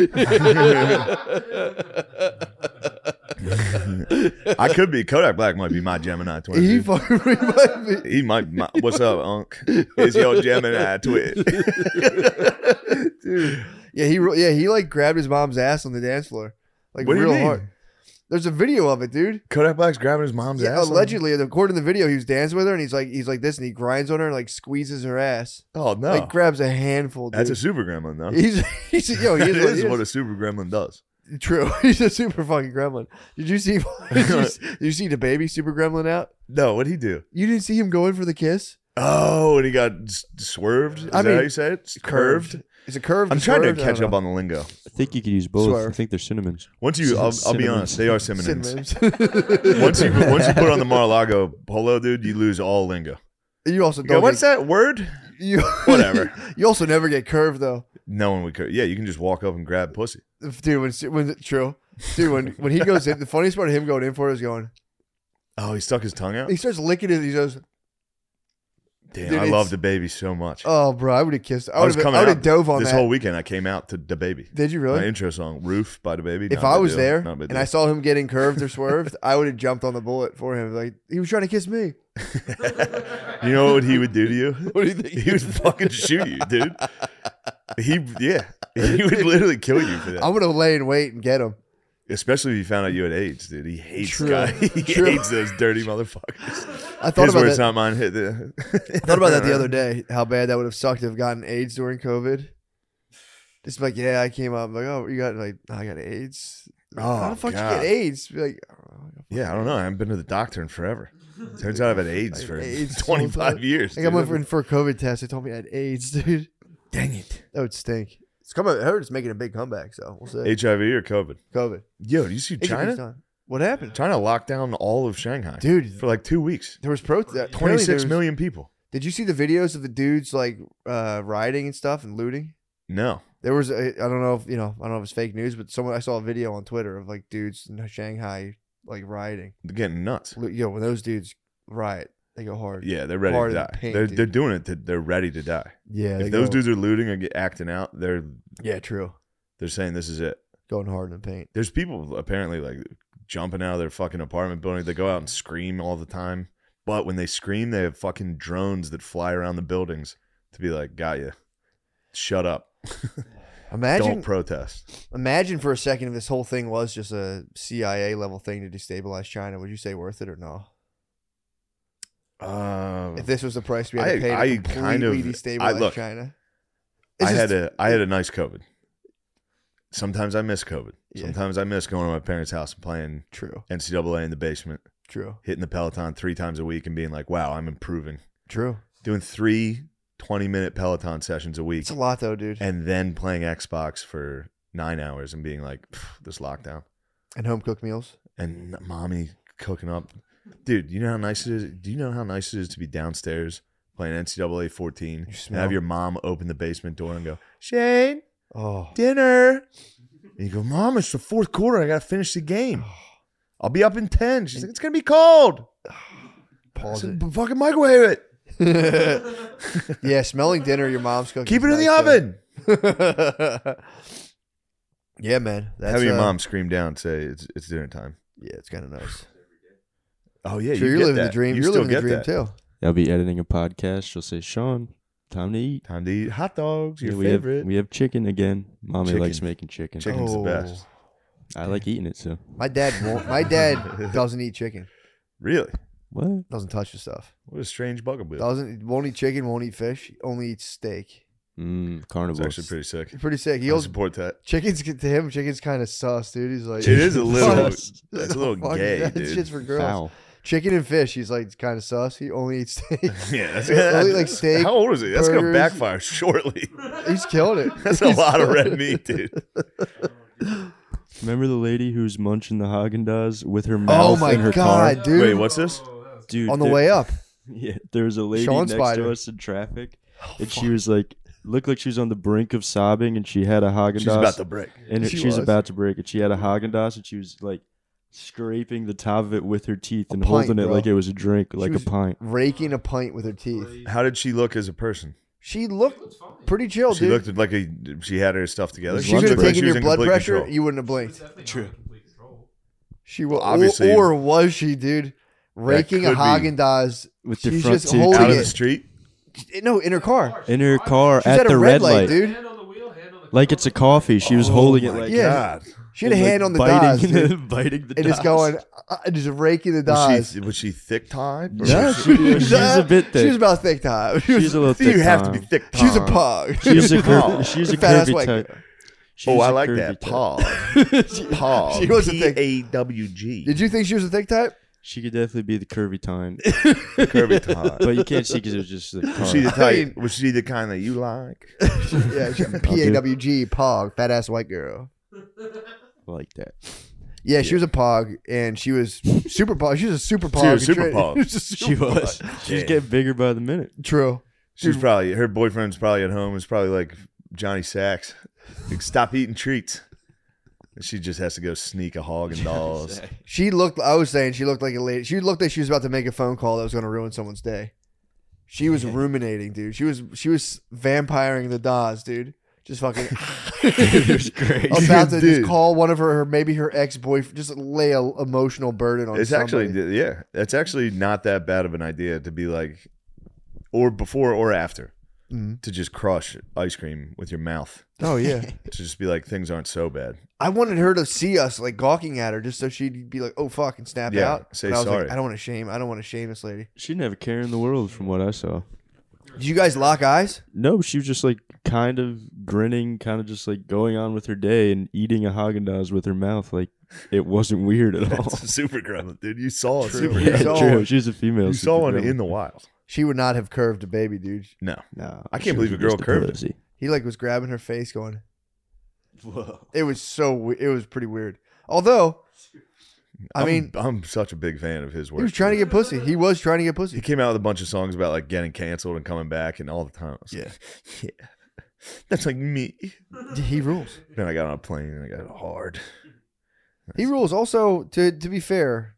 I could be Kodak Black. Might be my Gemini twin.
he
dude.
fucking might be.
He might. My, what's up, Unc? It's your Gemini twin. dude,
Yeah, he re- yeah he like grabbed his mom's ass on the dance floor, like
What do you
real
mean?
hard. There's a video of it, dude.
Kodak Black's grabbing his mom's
Yeah,
ass. on-
allegedly, according to the video, he was dancing with her, and he's like he's like this, and he grinds on her and like squeezes her ass,
Oh no,
like grabs a handful. Dude.
that's a super gremlin though.
he's he's yo he
It
is, what,
is
he
what
is.
a super gremlin does.
true. He's a super fucking gremlin. Did you see? Did you, s- did you see the baby super gremlin out?
No, what'd he do?
You didn't see him going for the kiss?
Oh, and he got s- swerved. Is
I
that how
mean,
you say it? Curved.
Is it curved?
I'm trying to
swerved? I don't
catch up
know.
on the lingo.
I think you could use both.
Swear.
I think they're cinnamons.
Once you, I'll, I'll be
Cinnamons.
honest, they are cinnamons.
Synonyms.
once you once you put on the Mar-a-Lago polo, dude, you lose all lingo.
you also
Yo,
don't.
what's
get,
that word?
You,
Whatever.
you also never get curved though.
No one would care. Yeah, you can just walk up and grab pussy.
dude. When, when true, dude. When when he goes in, the funniest part of him going in for it is going.
Oh, he stuck his tongue out.
He starts licking it. He goes,
Damn,
Dude,
I
it's-
love the baby so much.
"Oh, bro, I would have kissed. I
I
would
was
have.
coming
I would
out
have dove on
this
that.
whole weekend. I came out to the baby.
Did you really?
My intro song, "Roof" by the baby.
if
not a
I
big
was
deal.
there
Not a big
and I
deal.
saw him getting curved or swerved, I would have jumped on the bullet for him. Like he was trying to kiss me.
you know what he would do to you?
What do you think?
He would fucking shoot you, dude. He, yeah, he would literally kill you for that.
I'm gonna lay in wait and get him.
Especially if he found out you had AIDS, dude. He hates
True.
guys. He
True.
hates those dirty motherfuckers.
I thought
His
about
words,
that.
not mine. Hit the-
I thought about that the other day. How bad that would have sucked to have gotten AIDS during COVID. Just like yeah, I came up like oh you got like I got AIDS. Like,
Oh,
how the fuck
God.
you get AIDS? Be like I don't know.
Yeah, I don't know. I haven't been to the doctor in forever. Turns out I've had AIDS
had
for
AIDS this whole
25
time.
years.
Like I
dude.
went for, in for a COVID test. They told me I had AIDS, dude.
Dang it.
That would stink. It's coming. I heard it's making a big comeback. So we'll see.
HIV or COVID?
COVID.
Yo, do you see
It's
China?
done. What happened,
China locked down all of Shanghai
dude?
for like two weeks.
There was protest.
26 million people.
Did you see the videos of the dudes like uh, rioting and stuff and looting?
No.
There was a, I don't know if you know I don't know if it's fake news, but someone I saw a video on Twitter of like dudes in Shanghai like rioting.
They're getting nuts.
Lo- Yo, when those dudes riot, they go hard.
Yeah, they're ready
Harder
to
than
die.
paint,
they're,
dude.
they're doing it. To, they're ready to die.
yeah. they
if those
go-
dudes are looting or get, acting out, they're
yeah, true,
they're saying this is it.
going hard in the paint.
There's people apparently like jumping out of their fucking apartment building. They go out and scream all the time. But when they scream, they have fucking drones that fly around the buildings to be like, got you. Shut up. Don't
Imagine,
protest.
imagine for a second if this whole thing was just a CIA level thing to destabilize China. Would you say worth it or no?
Um,
If this was the price we had
I-
to pay to
I
completely
kind of- I-
destabilize
look,
China,
I
It's
had
just-
a I had a nice COVID. Sometimes I miss COVID.
Yeah.
Sometimes I miss going to my parents' house and playing
True.
NCAA in the basement,
True.
hitting the Peloton three times a week and being like, wow, I'm improving.
True.
Doing three 20 minute Peloton sessions a week
It's a lot though, dude.
and then playing Xbox for nine hours and being like, "Pff, this lockdown.
And home cooked meals.
And mommy cooking up. Dude, you know how nice it is? Do you know how nice it is to be downstairs playing NCAA 14
You
and have
smell.
your mom open the basement door and go, Shane,
oh.
dinner. And you go, Mom, it's the fourth quarter. I got to finish the game. I'll be up in 10. She's like, It's going to be cold. I
Pause
said, "But fucking microwave it.
it. yeah, smelling dinner your mom's cooking.
Keep it in
is
the
nice, though.
oven.
yeah, man. That's,
have your
uh,
mom scream down and say, It's, it's dinner time.
Yeah, it's kind of nice.
Oh, yeah.
so
you
you're
get
living the
that.
dream.
You
You are
still
living the
get
dream
that.
too.
I'll be editing a podcast. She'll say, Sean, time to eat.
Time to eat hot dogs, your
Yeah, we
favorite.
Have, we have chicken again. Mommy likes
Chicken.
making chicken.
Chicken. Chicken's the best.
Oh.
I like eating it, so.
My dad won't. My dad doesn't eat chicken.
really?
What?
Doesn't touch the stuff.
What a strange bugaboo.
Doesn't won't eat chicken. Won't eat fish. Only eats steak.
Mm,
It's
carnivore.
actually pretty sick.
Pretty sick. He
You'll
also
support that.
chickens to him. Chicken's kind of sus, dude. He's like
It is a little.
Fuck.
That's a little
Fuck,
gay,
that
dude.
shit's for girls.
Foul.
Chicken and fish. He's like kind of sus. He only eats steak.
yeah, that's,
Only, like, steak,
How old is it? That's gonna
burgers.
backfire shortly.
He's killing it.
That's a
He's
lot of
killing it.
red meat, dude.
Remember the lady who's munching the Haagen Dazs with her
Oh
mouth
my
in her
god,
car?
dude!
Wait, what's this?
Dude,
On the
there-
way up,
Yeah, there was a lady
Sean
next
Spider. Oh,
to us in traffic, and she was like, looked like she was on the brink of sobbing, and she had a Haagen
She's about
Dazs,
to break.
and
She
she she's
was.
about to break it. She had a Haagen Dazs, and she was like scraping the top of it with her teeth and
pint,
holding it
bro.
like it was a drink, like
was-
a pint.
raking a pint with her teeth.
How did she look as a person?
She looked pretty chill,
she
Oh, dude.
looked like a she had her stuff together.
If
she
she
could
looked
have
like
taken
she
your
in
blood
complete
pressure,
control.
you wouldn't have blinked.
True.
She will,
Obviously-
obviously, or, or was she, dude? Raking a
could be.
Haagen Dazs
With the
She's
front
just
teeth
holding
out of
it.
the street.
No, in her car.
in her car
She's at,
the
a
red, light,
dude. Oh
like it's a coffee. She was holding it like
Yeah.
Oh God.
She had a
like,
hand on the Daz,
biting,
dude,
biting the
and it's
Daz.
going, uh, and just raking the
Was
Daz.
she, was she thick tied? or
No,
was
she, she's a bit thick.
She was about thick time. She was,
she's a little
she-
thick.
you have to
Tom.
be thick.
she was a
tied.
pug.
She's a
Tom.
Oh,
curvy. She's a
Fat-ass
curvy
white
type. She's
Oh, I
a
like
curvy
that.
type.
Paul. Paul.
She was a thick-
P-A-W-G.
Did you think she was a thick type?
She could definitely be the curvy time,
curvy tie?
but you can't see because it was just the car.
Was she the
I
type?
mean-
Was she the kind that you like?
Yeah, P A W G pog, fat ass white girl.
I like that.
Yeah, she was a pog, and she was super pog. She was a super pog.
was super
Tra-
pog.
she was a
She
super
was.
pog.
She was
Yeah.
getting bigger by the minute.
True.
She's probably her boyfriend's probably at home. Is probably like Johnny Sacks. Like, stop eating treats. And she just has to go sneak a hog and dolls.
She looked. I was saying she looked like a lady. She looked like she was about to make a phone call that was going to ruin someone's day. She was ruminating, dude. She was she was vampiring the Daz, dude. Just fucking
it was great.
about to
Dude.
just call one of her, her maybe her ex boyfriend. Just lay a emotional burden on.
It's
somebody.
actually yeah. It's actually not that bad of an idea to be like, or before or after,
Mhm.
to just crush ice cream with your mouth.
Oh yeah.
To just be like things aren't so bad.
I wanted her to see us like gawking at her, just so she'd be like, "Oh fuck," and snap
Yeah,
out.
say
But I was
sorry.
Like, I don't want to shame. I don't want to shame this lady.
She didn't have a care in the world, from what I saw.
Did you guys lock eyes?
No, she was just like kind of grinning, kind of just like going on with her day and eating a Haagen Dazs with her mouth. Like it wasn't weird at all.
It's super gremlin, dude. You saw a
True.
super.
yeah,
You saw
true.
one.
She's a female.
You saw one
supergirl.
in the wild.
She would not have curved a baby, dude.
No,
No,
I can't
she was
believe a girl
just
curved it.
pussy.
He like was grabbing her face, going. It was so. we- It was pretty weird. Although, I
I'm-
mean,
I'm such a big fan of his work.
he was trying to get pussy. He was trying to get
he
pussy.
came out with a bunch of songs about like getting canceled and coming back and all the time. I was like, yeah. That's like me.
He rules.
Then I got on a plane and I got hard.
He rules. Also, to to be fair,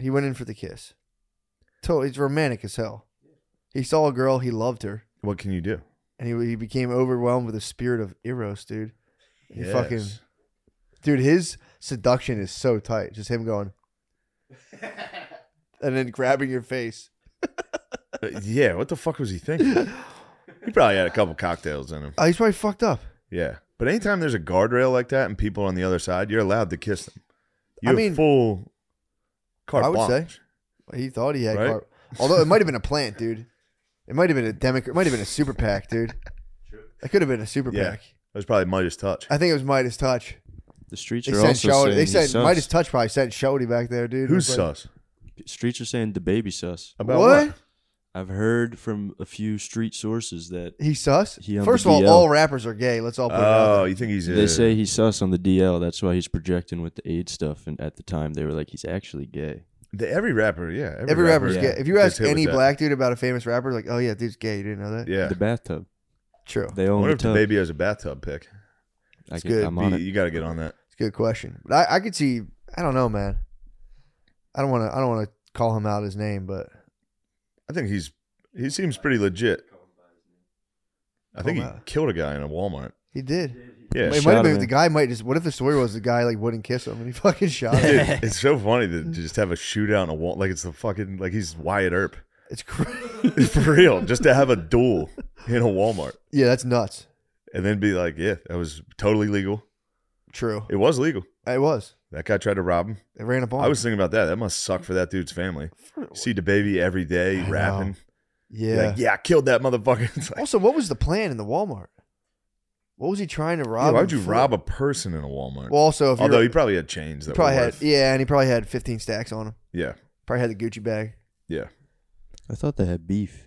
he went in for the kiss. So it's romantic as hell. He saw a girl. He loved her.
What can you do?
and he, he became overwhelmed with the spirit of eros, dude. He fucking dude, his seduction is so tight. Just him going, and then grabbing your face.
Uh, yeah. What the fuck was he thinking? he probably had a couple cocktails in him.
Oh, he's probably fucked up.
Yeah. But anytime there's a guardrail like that and people on the other side, you're allowed to kiss them. You
I
have
mean,
full. Carte
I would
blanche.
He thought he had
Right?
car- although it might have been a plant, dude. It might have been a Democrat. It might have been a super PAC, dude. It could have been a super
Yeah.
PAC.
That was probably Midas touch.
I think it was Midas Touch.
The streets
They
are
sent
also
Shody.
saying
They
he's
said
sus.
Midas Touch probably sent Shody back there, dude.
Who's
It's like,
sus?
Streets are saying the baby sus.
About
what?
what?
I've heard from a few street sources that
He sus?
He on
First of
the
all,
DL.
all rappers are gay. Let's all put it out
Oh,
there.
you think he's?
they
uh,
say he's sus on the DL. That's why he's projecting with the AIDS stuff. And at the time, they were like, he's actually gay.
the- every rapper, yeah. Every,
Every rapper's
yeah.
gay. If you
gets
ask
hit with
any
that.
black dude about a famous rapper, like, oh yeah, dude's gay. You didn't know that?
yeah.
The bathtub.
True.
They
I
own
wonder
the
if the
tub.
baby has a bathtub pick.
I
It's good.
am
Be-
on it.
you got to get on that.
It's a good question. But I, I could see. I don't know, man. I don't want to. I don't want to call him out his name, but
I think he's he seems pretty legit. I think
Oh,
he
wow.
killed a guy in a Walmart.
he did.
Yeah,
it
shot
might have
him
been
in.
the guy. Might just. What if the story was the guy like wouldn't kiss him and he fucking shot him?
Dude, it's so funny to just have a shootout in a wall like it's the fucking like he's Wyatt Earp
It's cra
for real. Just to have a duel in a Walmart
yeah, that's nuts.
and then be like, yeah, that was totally legal.
True.
It was legal.
It was.
That guy tried to rob him.
It ran upon.
I was thinking about that. That must suck for that dude's family.
him.
See the baby every day
I know.
rapping.
Yeah.
Yeah. Like, yeah, I killed that motherfucker. It's like,
Also, what was the plan in the Walmart? What was he trying to rob?
yeah, why
him
would you
for?
rob a person in a Walmart?
Well, also, if
Although
you're,
he probably had chains that
probably
were
had
worth-
yeah, and he probably had 15 stacks on him.
yeah,
Probably had the Gucci bag.
yeah.
I thought they had beef.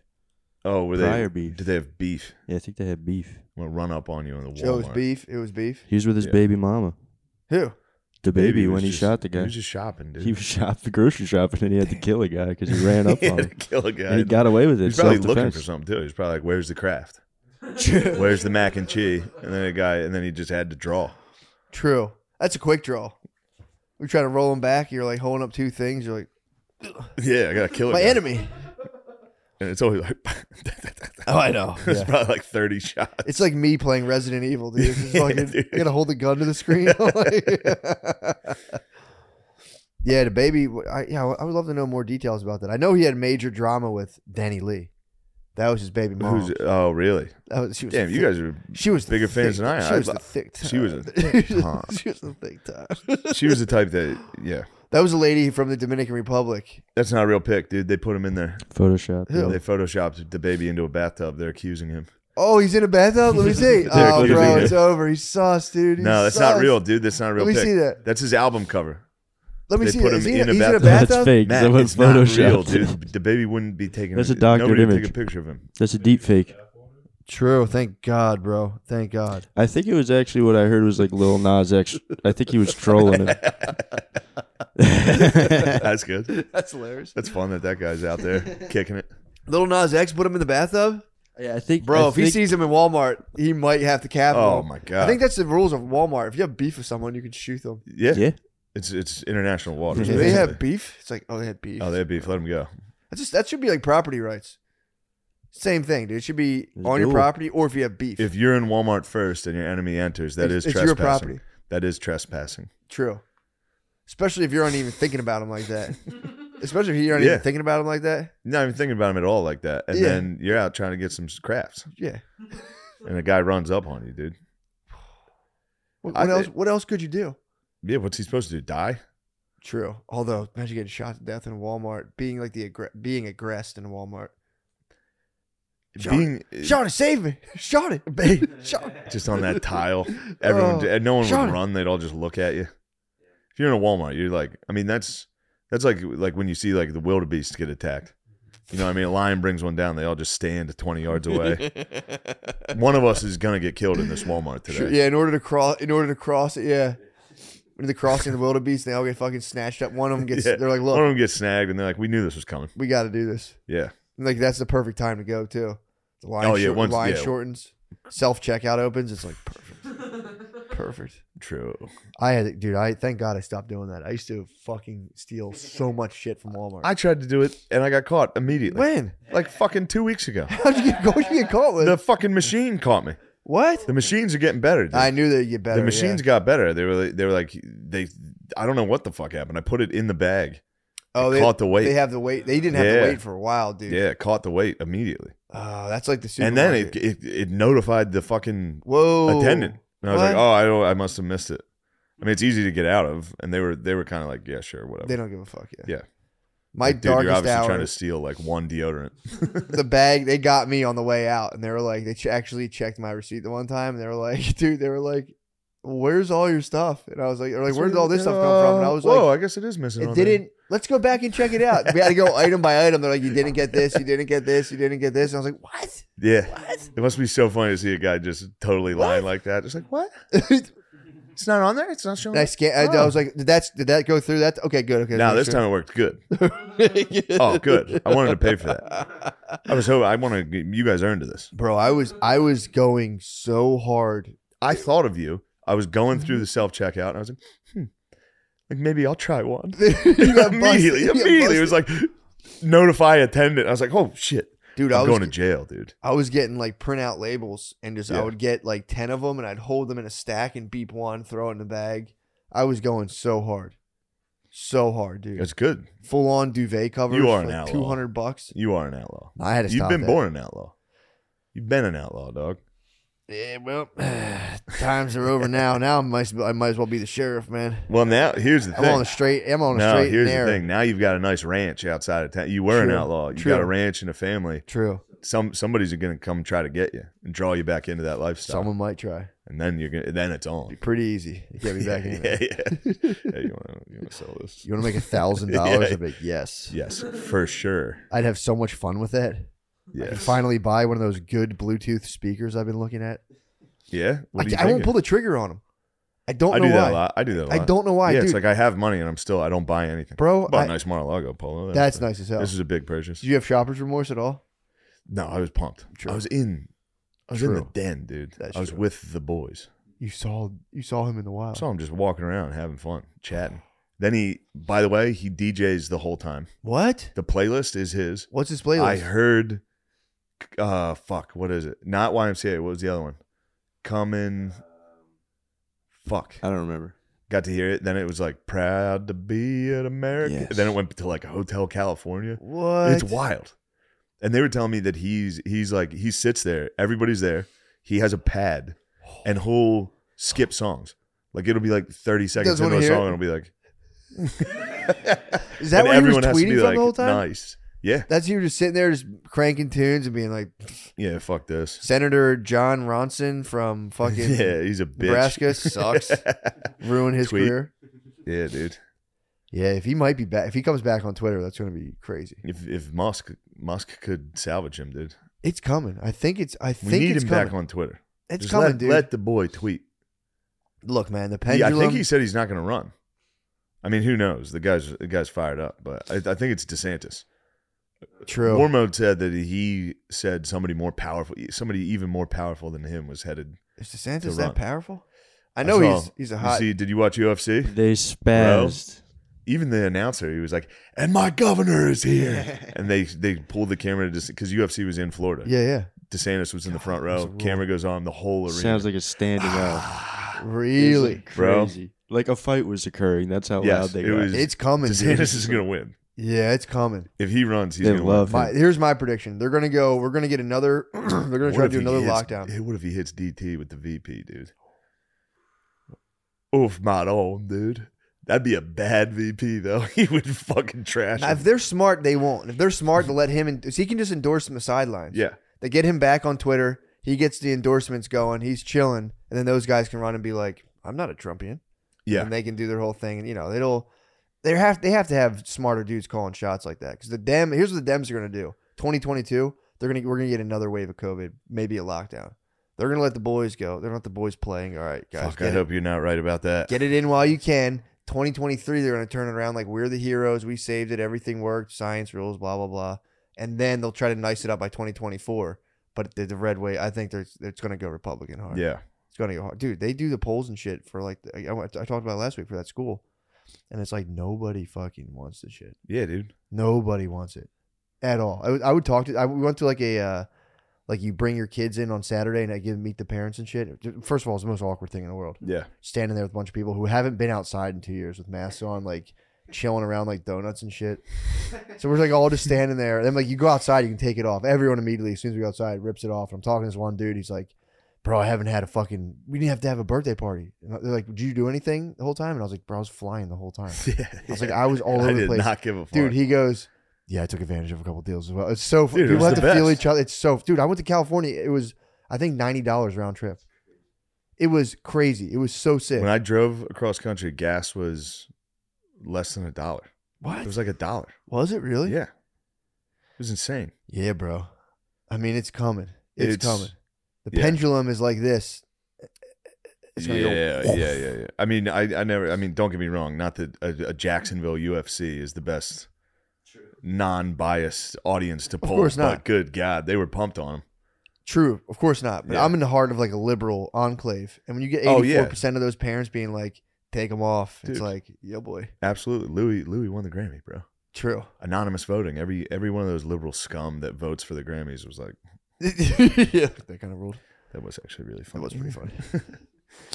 Oh, were
Prior
they?
beef.
Did they have beef?
Yeah, I think they had beef.
I'm gonna run up on you in the Walmart.
So it was beef. It was beef.
He was with his
Yeah.
baby mama.
Who?
The baby,
was
when he
just-
shot the
He
guy.
was just shopping, dude.
He was shot the grocery shopping and he had to kill a guy because he ran up
He
on
had to
him.
kill a guy.
And he got away with it.
He's probably looking
self-defense.
for something too. He's probably like, "Where's the craft? Where's the mac and cheese?" And then a guy, and then he just had to draw.
True. That's a quick draw. We try to roll him back. You're like holding up two things. You're like
Yeah, I gotta kill a
my
guy.
enemy.
And it's always like,
Oh, I know.
it's probably like thirty shots.
It's like me playing Resident Evil, dude. It's just
Yeah,
fucking-
dude.
I gotta hold the gun to the screen. Like- yeah, the baby. I, yeah, I would love to know more details about that. I know he had major drama with Danny Lee. That was his baby mom.
Who's, oh, really?
That was- she was
Damn,
the
you
thick-
guys are.
She was the
bigger fans
thick-
than I am.
She
I
was the
thought-
thick time.
she was a
thick
time.
she was the thick time.
She was the type that, yeah,
that was a lady from the Dominican Republic.
that's not a real pick, dude. They put him in there.
Photoshop.
Who?
yeah.
They photoshopped the baby into a bathtub. They're accusing him.
Oh, he's in a bathtub. Let me see. oh,
clearly
bro,
is.
it's over. He's sauce, dude. He's
No, that's
sauce.
not real, dude. That's not a real.
Let me
pick.
see that.
That's his album cover.
Let me
They
see.
put
that.
him
Is he
in a
he's in a bathtub.
bathtub.
That's fake.
Matt,
that was
it's not real,
Photoshop.
dude. The baby wouldn't be taking.
That's a doctored
Nobody would
image.
Take a picture of him.
That's a deep fake.
True. Thank God, bro. Thank God.
I think it was actually what I heard was like Lil Nas X. I think he was trolling him.
That's good.
That's hilarious.
That's fun that that guy's out there kicking it.
Little Nas X put him in the bathtub,
Yeah, I think,
bro.
I
if he
think-
sees him in Walmart, he might have to cap him.
Oh my god.
I think that's the rules of Walmart. If you have beef with someone, you can shoot them.
yeah.
yeah,
It's it's international waters.
If they have beef, it's like, oh, they had beef.
Oh, they have beef. Let him go.
That's just, that should be like property rights. Same thing, dude. It should be
It's
on your
dual.
property or if you have beef.
If you're in Walmart first and your enemy enters, that
It's-
is
it's your
trespassing.
property.
That is trespassing.
True. Especially if you're not even thinking about him like that. Especially if you're not
Yeah.
even thinking about him like that.
You're not even thinking about him at all like that. And
Yeah.
then you're out trying to get some crafts,
Yeah.
and a guy runs up on you, dude.
What,
I
what
thi-
else? What else could you do?
Yeah, what's he supposed to do? Die?
True. Although, imagine getting shot to death in Walmart, being like the aggre- being aggressed in Walmart. Sean,
Being
Sean, save me! Sean, babe, Sean.
just on that tile. Everyone,
Oh,
and no one
Sean.
would run. They'd all just look at you. If you're in a Walmart, you're like, I mean, that's that's like like when you see like the wildebeest get attacked. You know, what I mean, a lion brings one down. They all just stand 20 yards away. one of us is gonna get killed in this Walmart today.
Sure, yeah, in order to cross, in order to cross it, yeah. When the crossing the wildebeest, they all get fucking snatched up. One of them gets.
Yeah.
They're like,
one
"Look,
of them gets snagged, and they're like, "We knew this was coming."
we got to do this."
Yeah,
And, like that's the perfect time to go too. The line,
Oh, yeah,
short-
once-
line
yeah.
shortens. Self checkout opens. It's like perfect, perfect.
true.
I had, dude. I thank God I stopped doing that. I used to fucking steal so much shit from Walmart.
I tried to do it, and I got caught immediately.
when?
Like fucking two weeks ago,
How'd you get, how'd you get caught with?
the fucking machine caught me.
what?
The machines are getting better. Dude.
I knew that you better.
the machines
yeah.
got better. They were they were like they. I don't know what the fuck happened. I put it in the bag.
oh,
it caught the weight.
They have the weight. They didn't have
Yeah.
to wait for a while, dude.
Yeah, it caught the weight immediately,
Oh, that's like the super.
and then it, it it notified the fucking
whoa
attendant, and I was like,
What?
oh, I don't, I must have missed it. I mean, it's easy to get out of, and they were they were kind of like, yeah, sure, whatever.
They don't give a fuck. Yeah.
Yeah.
My
Like, dude, you're
darkest
obviously
hour.
trying to steal like one deodorant.
the bag they got me on the way out and they were like they ch- actually checked my receipt the one time and they were like dude they were like where's all your stuff and i was like, they were like where did all this stuff come from and i was
Whoa,
like
I guess it is missing.
it
on there.
didn't let's go back and check it out we had to go item by item they're like you didn't get this you didn't get this you didn't get this and i was like what
Yeah, it must be so funny to see a guy just totally lying like that. Just like what?
what
It's not on there. It's not showing.
and i scan I, I was like did that's did that go through that okay good okay
now this time it worked good. Oh, good. I wanted to pay for that.
time
I was hoping I want to. You guys earned this.
bro i was i was going so hard
I thought of you. I was going through the
Mm-hmm.
self checkout, and I was like, hmm, like maybe I'll try one.
You got busted.
immediately,
You got
immediately, it was
busted.
like notify attendant. I was like, oh shit,
dude
I'm
i was
going to jail, dude.
I was getting like printout labels and just I
Yeah.
would get like 10 of them and I'd hold them in a stack and beep one, throw it in the bag. I was going so hard. So hard, dude.
That's good.
Full on duvet covers.
You are
for,
an
like
outlaw.
200 bucks.
You are an outlaw.
I had to
You've
stop
been
that.
born an outlaw. You've been an outlaw, dog.
Yeah, well, times are over now. Now I might, as- I might as well be the sheriff, man.
Well, now here's the
I'm
thing.
on the straight. I'm on the
no,
straight and
here's
narrow.
the thing. Now you've got a nice ranch outside of town. You were
True.
an outlaw. You
True.
got a ranch and a family.
True.
Some somebody's going to come try to get you and draw you back into that lifestyle,
Someone might try.
and then you're gonna, then it's on.
Be pretty easy. You get me back
yeah,
in
yeah,
there.
yeah. Hey, you want to you wanna sell this?
You want to make a thousand dollars? I'd be like, yes.
Yes, for sure.
I'd have so much fun with that. I could
Yes.
finally buy one of those good Bluetooth speakers I've been looking at.
yeah. What
I,
are you
I won't
thinking?
pull the trigger on them. I don't
I
know
do that a
why.
lot. I do that a lot.
I don't know why,
yeah,
dude.
it's like I have money and I'm still I don't buy anything.
Bro,
Bought
I-
a nice Mar-a-Lago polo. That
that's
was-
nice as hell.
This is a big purchase.
Did you have shopper's remorse at all?
No, I was pumped.
True.
I was in. I was in the
True.
den, dude.
That's
I was
true. Oh.
with the boys.
You saw you saw him in the wild.
So I'm just walking around having fun, chatting. Then he, by the way, he DJs the whole time.
what?
The playlist is his.
What's his playlist?
I heard, uh, fuck, what is it? Not YMCA. What was the other one? Coming. Fuck.
I don't remember.
Got to hear it. Then it was like proud to be an American.
Yes.
Then it went to like Hotel California.
what?
It's wild. And they were telling me that he's he's like he sits there, everybody's there. He has a pad and
Oh.
he'll skip songs. Like it'll be like 30 seconds
wanna
into a
hear
song
it.
and it'll be like
Is that what he
and
was
everyone has to
tweeting
be
from
like
the whole time?
nice. Yeah.
That's you just sitting there just cranking tunes and being like
Yeah, fuck this.
Senator John Ronson from fucking
Yeah, he's a bitch.
Nebraska sucks. ruin his
Tweet.
career.
yeah, dude.
Yeah, if he might be back if he comes back on Twitter, that's gonna be crazy.
If if Musk Musk could salvage him, dude.
It's coming. I think it's I
We
think
need
it's
him
coming.
back on Twitter.
it's
Just
coming,
let,
dude.
Let the boy tweet.
Look, man, the
Yeah,
pendulum
I think he said he's not going to run. I mean, who knows? The guy's the guy's fired up, but I, I think it's DeSantis.
true.
War mode said that he said somebody more powerful, somebody even more powerful than him was headed.
Is DeSantis
to
that
run.
powerful? I know
saw-
he's he's a
you
hot.
see, did you watch UFC?
They spazzed.
Even the announcer, he was like, "And my governor is here," and they they pulled the camera to because UFC was in Florida.
yeah, yeah.
DeSantis was in the front
God, it was
row.
a roar.
Camera goes on the whole arena.
Sounds like a standing out. It was,
Really,
like,
Ah, Bro.
crazy. Like a fight was occurring. That's how
Yes,
loud they
it
got.
was-
it's coming. dude.
DeSantis is going to win
Yeah, it's coming.
if he runs. He's
They
going to
love
Win.
My, here's my prediction. They're gonna go. We're gonna get another. they're gonna try
What
to
if
do
he
another
hits-
lockdown.
hey, What if he hits DT with the VP, dude? Oof, my own, dude. That'd be a bad VP though. He would fucking trash.
Now, if
Him.
they're smart, they won't. If they're smart, to let him in. He can just endorse from the sidelines.
Yeah,
They get him back on Twitter. He gets the endorsements going. He's chilling, and then those guys can run and be like, "I'm not a Trumpian."
yeah.
and they can do their whole thing. And you know, they'll they have they have to have smarter dudes calling shots like that because the Dem. Here's what the Dems are going to do. 2022, they're going to we're going to get another wave of COVID, maybe a lockdown. They're going to let the boys go. They're going to let the boys playing. All right, guys,
Fuck, I
get it,
hope you're not right about that.
get it in while you can. 2023, they're going to turn it around like we're the heroes. We saved it. Everything worked. Science rules. Blah blah blah. And then they'll try to nice it up by 2024. But the, the red way, I think there's it's going to go Republican hard.
yeah,
It's gonna go hard, dude. They do the polls and shit for like I, I talked about it last week for that school, and it's like nobody fucking wants the shit.
yeah, dude.
Nobody wants it at all. I would- I would talk to. I we went to like a uh, like you bring your kids in on Saturday and I give meet the parents and shit. First of all, it's the most awkward thing in the world.
Yeah,
Standing there with a bunch of people who haven't been outside in two years with masks on, like chilling around like donuts and shit. So we're like all just standing there. Then like you go outside, you can take it off. Everyone immediately as soon as we go outside rips it off. And I'm talking to this one dude. He's like, bro, I haven't had a fucking. We didn't have to have a birthday party. And they're like, did you do anything the whole time? And I was like, bro, I was flying the whole time.
Yeah,
I was like, I was all over
I
the
did
place.
not give a fuck,
Dude, he goes, yeah, I took advantage of a couple deals as well. It's so
Dude, it
dude, people
was
have to
the
feel
best.
each other. It's so dude. I went to California. It was I think ninety dollars round trip. It was crazy. It was so sick.
when I drove across country, gas was less than a dollar. It
what
was like a dollar.
was it really?
Yeah, it was insane.
Yeah, bro. I mean, it's coming. It's,
It's-
coming. The
yeah.
pendulum is like this. It's gonna go-
yeah, yeah, yeah, yeah. I mean, I, I never. I mean, don't get me wrong. Not that a, a Jacksonville UFC is the best non-biased audience to poll.
course not.
But good God, they were pumped on him.
True, of course not. But
Yeah.
I'm in the heart of like a liberal enclave, and when you get
Oh,
84
yeah.
percent of those parents being like, "Take them off," it's
Dude.
like, "Yo, boy."
Absolutely, Louis. Louis won the Grammy, bro.
True.
Anonymous voting. Every every one of those liberal scum that votes for the Grammys was like,
yeah, that kind of ruled.
that was actually really
That
funny.
was pretty funny.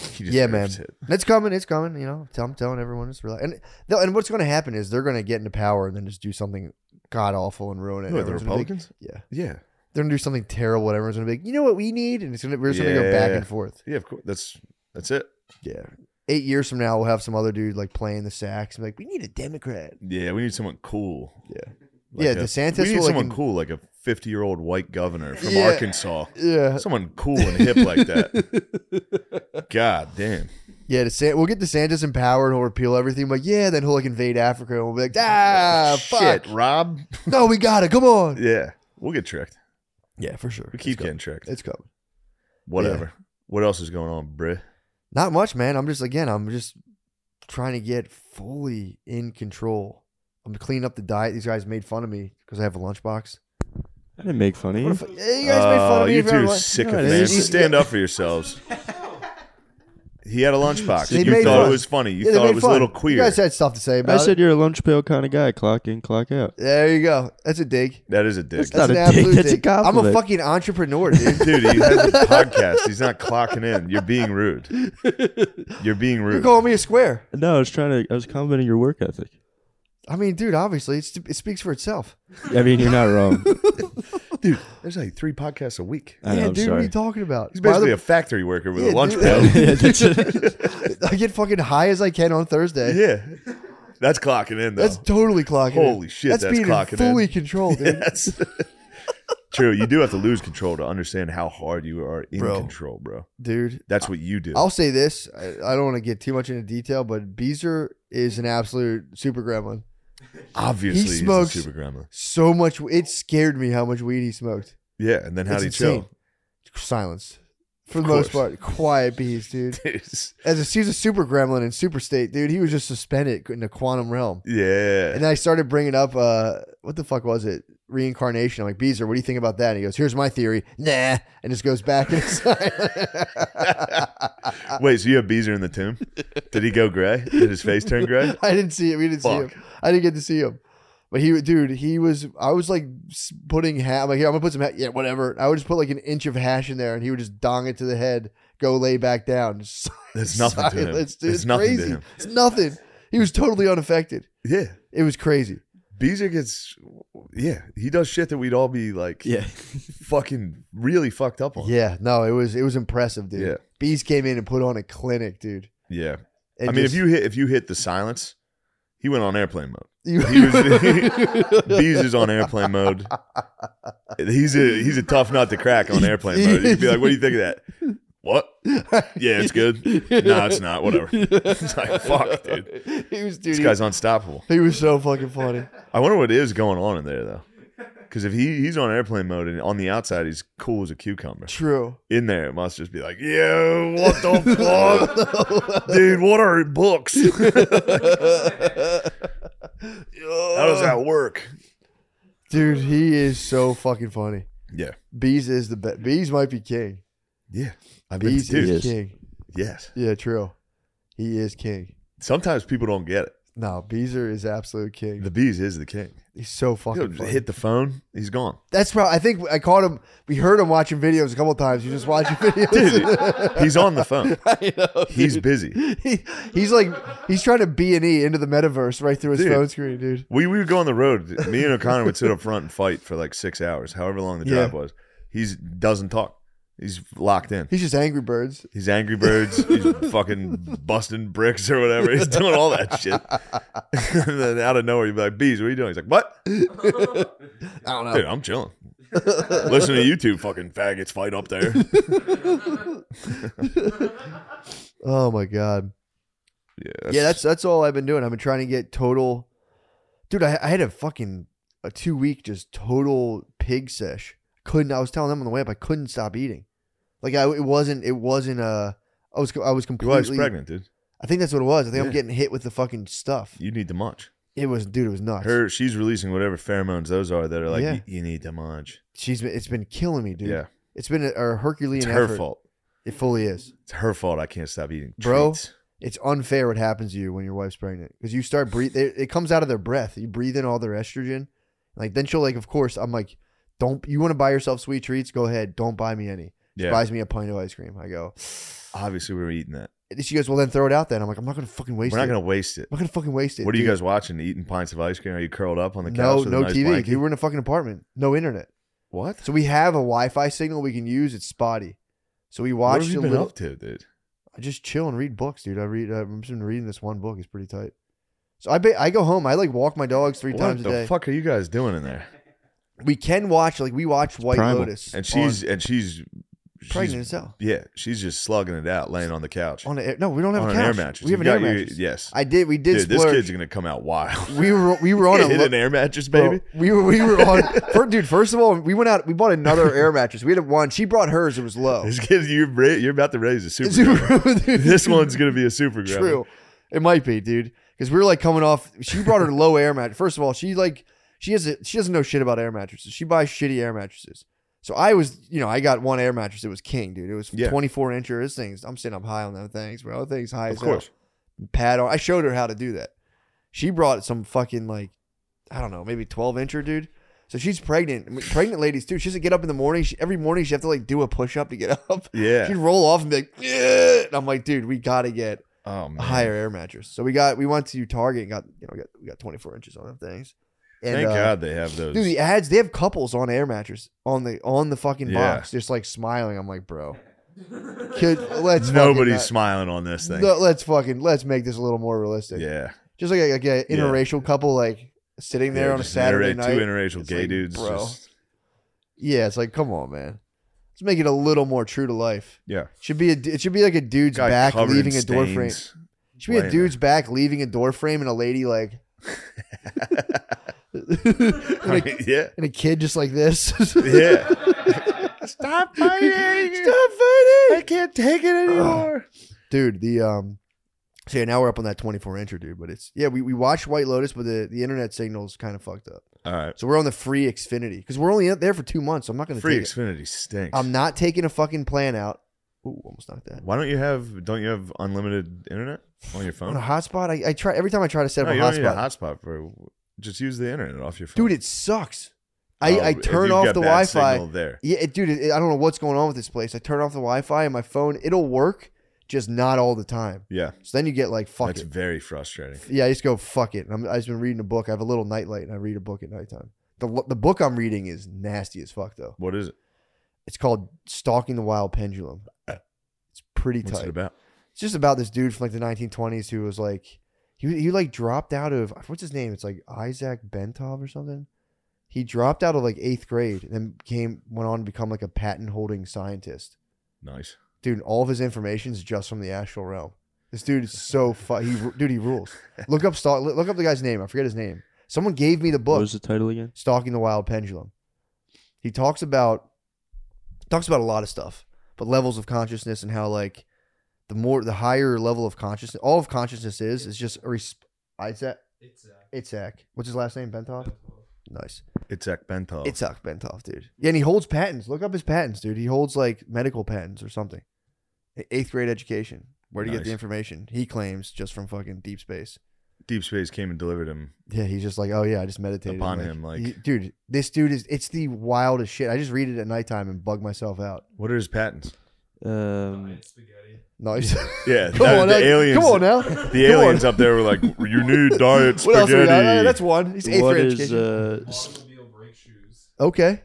He just
Yeah, man.
rips it.
And It's coming. It's coming. You know, tell, I'm telling everyone it's real. And no, and what's going to happen is they're going to get into power and then just do something god awful and ruin it.
Who are the
Everyone's gonna be like-
Republicans?
yeah,
Yeah,
they're going to do something terrible. And everyone's going to be like, you know what we need, and it's going to we're just going to go back
Yeah.
and forth.
yeah. Of course. That's that's it.
Yeah. Eight years from now, we'll have some other dude like playing the sax and be like, we need a Democrat.
Yeah, we need someone cool.
Yeah.
Like
yeah.
a-
DeSantis.
We need
will, like,
someone
in-
cool, like a fifty-year-old white governor from
Yeah.
Arkansas.
Yeah.
Someone cool and hip like that. God damn.
Yeah. DeSantis, we'll get DeSantis in power and he'll repeal everything. But yeah, then he'll like invade Africa and we'll be like, ah, fuck.
Shit, Rob.
No, we got it. Come on.
Yeah, we'll get tricked.
Yeah, for sure.
We keep
it's coming.
getting tricked.
It's coming.
Whatever. What else is going on, bruh?
Not much, man. I'm just again, I'm just trying to get fully in control. I'm cleaning up the diet. These guys made fun of me because I have a lunchbox.
I didn't make fun of
What
you.
if, Hey, you guys made fun
Oh,
of me.
You
for having lun-
two
No, it
sycophants.
is-
Stand up for yourselves. He had a lunchbox.
They
You
made
thought
fun.
it was funny. You
Yeah, they
thought
made
it was
fun.
a little queer.
You guys had stuff to say
I
about
said
it.
you're a lunch pail kind of guy. Clock in, clock out.
There you go. That's a dig.
that is a dick.
That's
Not
an
a dig,
absolute
that's a
dig. I'm a
compliment.
fucking entrepreneur, dude.
Dude, he has a podcast. He's not clocking in. You're being rude. You're being
You're
rude.
calling me a square.
No, I was trying to. I was complimenting your work ethic.
I mean, dude, obviously it's, it speaks for itself.
I mean, you're not wrong.
Dude, there's like three podcasts a week.
I know,
yeah,
I'm
dude, what are
sorry.
you talking about?
He's
Why
basically a
the-
factory worker with
Yeah,
a lunch
dude.
pail.
Yeah, that's it.
I get fucking high as I can on Thursday.
yeah. That's clocking in, though.
That's totally clocking. in.
Holy shit, that's
being
clocking
in
in.
fully controlled, dude.
Yes. True. You do have to lose control to understand how hard you are in
Bro.
control, bro.
Dude,
That's what you do.
I'll say this. I, I don't want to get too much into detail, but Beezer is an absolute super gremlin.
Obviously,
he smokes-
he's a super grandma.
So much. It scared me how much weed he smoked.
Yeah, and then how
It's
do you
insane.
chill?
Silence. For the
Of
most
course.
part, quiet bees, dude.
It's-
As a, he's a super gremlin in super state, dude. He was just suspended in the quantum realm.
yeah.
And then I started bringing up, uh, what the fuck was it? Reincarnation. I'm like, Beezer, what do you think about that? And he goes, here's my theory. Nah. And just goes back inside.
Wait, so you have Beezer in the tomb? Did he go gray? Did his face turn gray?
I didn't see it. We didn't see him.
Fuck.
I didn't get to see him. But he, dude, he was. I was like s- putting hash. I'm like, here, I'm gonna put some. Ha- yeah, whatever. I would just put like an inch of hash in there, and he would just dong it to the head, go lay back down. It's
There's nothing to him.
It's,
There's nothing
crazy.
to him.
It's nothing. He was totally unaffected.
Yeah.
It was crazy.
Beezer gets, yeah, he does shit that we'd all be like,
yeah.
fucking really fucked up on.
Yeah, no, it was it was impressive, dude.
Yeah.
Bees came in and put on a clinic, dude.
Yeah.
And
I mean,
just-
if you hit if you hit the silence, he went on airplane mode. He
you-
was, Beezer's on airplane mode. He's a he's a tough nut to crack on airplane mode. You'd be like, what do you think of that? What? Yeah, it's good. No, it's not. Whatever. It's like fuck, dude.
he was dude.
This
he-
guy's unstoppable.
he was so fucking funny.
I wonder what is going on in there though. Because if he, he's on airplane mode and on the outside he's cool as a cucumber,
True.
in there it must just be like, yo, what the fuck, dude? What are books? How does that work?
Dude, he is so fucking funny.
Yeah,
Bees is the best. Bees might be king.
yeah. I've been,
Bees
dude,
is
Yes.
king.
yes.
Yeah, true. He is king.
Sometimes people don't get it.
No, Beezer is absolute king.
The bees is the king.
He's so
He'll
fucking funny.
hit the phone. He's gone.
That's probably. I think I caught him. We heard him watching videos a couple times. He's just watching videos.
Dude, he's on the phone.
I know.
He's
dude.
busy.
He- he's like he's trying to B and E into the metaverse right through his
Dude.
phone screen, dude.
We we would go on the road. Me and O'Connor would sit up front and fight for like six hours, however long the
Yeah.
drive was. He doesn't talk. He's locked in.
He's just Angry Birds.
He's Angry Birds. he's fucking busting bricks or whatever. He's doing all that shit. and then out of nowhere, you'd be like, "Bees, what are you doing?" He's like, "What,
I don't know.
dude? I'm chilling. Listen to you two fucking faggots fight up there."
oh my god.
Yeah,
yeah, that's that's all I've been doing. I've been trying to get total. Dude, I, I had a fucking a two week just total pig sesh. Couldn't. I was telling them on the way up. I couldn't stop eating. Like I, it wasn't. It wasn't uh I was. I was
your wife's
completely.
pregnant, dude.
I think that's what it was. I think I'm
Yeah.
getting hit with the fucking stuff.
You need to munch.
It was, dude. It was nuts.
Her, she's releasing whatever pheromones those are that are like,
Yeah.
"Y- "You need to munch."
She's. been- It's been killing me, dude.
Yeah,
It's been a, a Herculean
it's her
effort.
fault.
It fully is.
It's her fault. I can't stop eating,
Bro.
treats.
It's unfair what happens to you when your wife's pregnant because you start breathe. It, it comes out of their breath. You breathe in all their estrogen. Like then she'll like. Of course, I'm like, don't. You want to buy yourself sweet treats? Go ahead. Don't buy me any. She
Yeah,
buys me a pint of ice cream. I go.
obviously we were eating that.
And she goes. Well, then throw it out. Then I'm like, I'm not gonna fucking waste
We're not
it.
gonna waste it.
I'm not gonna fucking waste it.
What are you
dude.
guys watching? Eating pints of ice cream? Are you curled up on the couch?
No,
with a
no
nice
TV.
blanket?
Dude, we're in a fucking apartment. No internet.
What?
So we have a Wi-Fi signal we can use. It's spotty. So we
what
watched
have you
a
been
little.
up to, dude?
I just chill and read books, dude. I read. I've been reading this one book. It's pretty tight. So I ba- I go home. I like walk my dogs three
what
times
the
a day.
fuck are you guys doing in there?
We can watch like we watch White
primal.
Lotus,
And she's and she's
on,
she's-
pregnant as hell.
Yeah, she's just slugging it out, laying on the couch
On the air, no, we don't have
on
a
an air
couch.
mattress.
We have
You
an
got
air
your-
mattress.
yes,
I did. We did.
dude, this
splurge.
kid's gonna come out wild.
we were we were on a
Hit
lo-
an air mattress,
bro,
baby.
we were we were on. fir- dude, first of all, we went out. We bought another air mattress. We had one. She brought hers. It was low.
This kid, you're ra- you're about to raise a super. grabber.
Dude,
this one's gonna be a super. grabber.
True. It might be, dude. Because we were like coming off. She brought her low air mattress. First of all, she like she has a, she doesn't know shit about air mattresses. She buys shitty air mattresses. So I was, you know, I got one air mattress. It was king, dude. It was
Yeah.
24 inch or This thing's. I'm sitting up high on them things, bro. That Things high
Of
as hell.
course.
Pad on. I showed her how to do that. She brought some fucking like, I don't know, maybe 12 incher, dude. So she's pregnant. I mean, Pregnant ladies too. She doesn't get up in the morning. She, every morning she have to like do a push up to get up.
Yeah.
She'd roll off and be like, yeah. And I'm like, dude, we gotta get
Oh man.
a higher air mattress. So we got we went to Target and got you know we got we got 24 inches on them things. And,
Thank
uh,
God they have those.
dude, the ads they have couples on air mattress on the on the fucking
Yeah.
box, just like smiling. I'm like, bro, kid, let's
Nobody's
fucking, uh,
smiling on this thing.
no, let's fucking let's make this a little more realistic.
yeah.
just like a, like a
Yeah.
interracial couple like sitting there
Yeah,
on a
just
Saturday
interra-
night.
Two interracial
It's
gay
like,
dudes.
bro.
just-
yeah, it's like, come on, man, let's make it a little more true to life.
yeah.
Should be a it should be like a dude's
Guy
back
covered in
leaving a door frame.
stains.
Should be a
Wait.
dude's back leaving a door frame and a lady like. and, a,
yeah.
and a kid just like this.
Yeah. Stop
Stop fighting!
can't take it
anymore. Dude, the um so yeah, now we're up on that 24 incher, dude. But it's yeah, we, we watched White Lotus, but the, the internet signal's kind of fucked up.
All right.
So we're on the free Xfinity. Because we're only out there for two months. So I'm not gonna
Free
take it.
Xfinity stinks.
I'm not taking a fucking plan out. Ooh, almost knocked that.
Why don't you have? Don't you have unlimited internet on your phone?
On a hotspot, I, I try every time I try to set
no,
up
Oh, you
a
don't need a
hotspot.
hotspot for. Just use the internet off your phone.
Dude, it sucks. I,
Oh,
I
if
turn
you've
off
got
the
bad
Wi Fi.
signal There.
Yeah, it, dude, it, I don't know what's going on with this place. I turn off the Wi-Fi and my phone, it'll work, just not all the time.
Yeah.
So then you get like, fuck
That's
it.
very frustrating.
Yeah, I just go fuck it. And I'm, I've just been reading a book. I have a little nightlight and I read a book at nighttime. The l- the book I'm reading is nasty as fuck though.
What is it?
It's called Stalking the Wild Pendulum. It's pretty
Eh. What's it
tight.
about?
It's just about this dude from like the 1920s who was like, he he like dropped out of what's his name? It's like Isaac Bentov or something. He dropped out of like eighth grade and then came went on to become like a patent holding scientist.
Nice.
dude, all of his information is just from the astral realm. This dude is so fu- he dude he rules. Look up stalk. Look up the guy's name. I forget his name. Someone gave me the
What
book,
was the title again?
"Stalking the Wild Pendulum." He talks about talks about a lot of stuff, but levels of consciousness and how like the more the higher level of consciousness, all of consciousness is is just a res- Isaac Itzak. What's his last name? Bentov. Nice.
It's Ekbentov.
It's Itzhak Bentov, dude. Yeah, and he holds patents. Look up his patents, dude. He holds like medical patents or something. E- Eighth grade education. Where to get the
Nice.
information? He claims just from fucking deep space.
Deep Space came and delivered him.
Yeah, he's just like, oh yeah, I just meditated
Upon him, like-
he- dude, this dude is. It's the wildest shit. I just read it at nighttime and bug myself out.
What are his patents?
Um,
Nice.
Yeah,
come
that-
on,
the
now.
aliens.
Come on now.
The
Come on.
aliens up there were like, "You need diet
What else we
spaghetti."
got? Uh, that's one. He's eighth
what
grade
is
education.
uh, s-
Automobile brake shoes.
okay.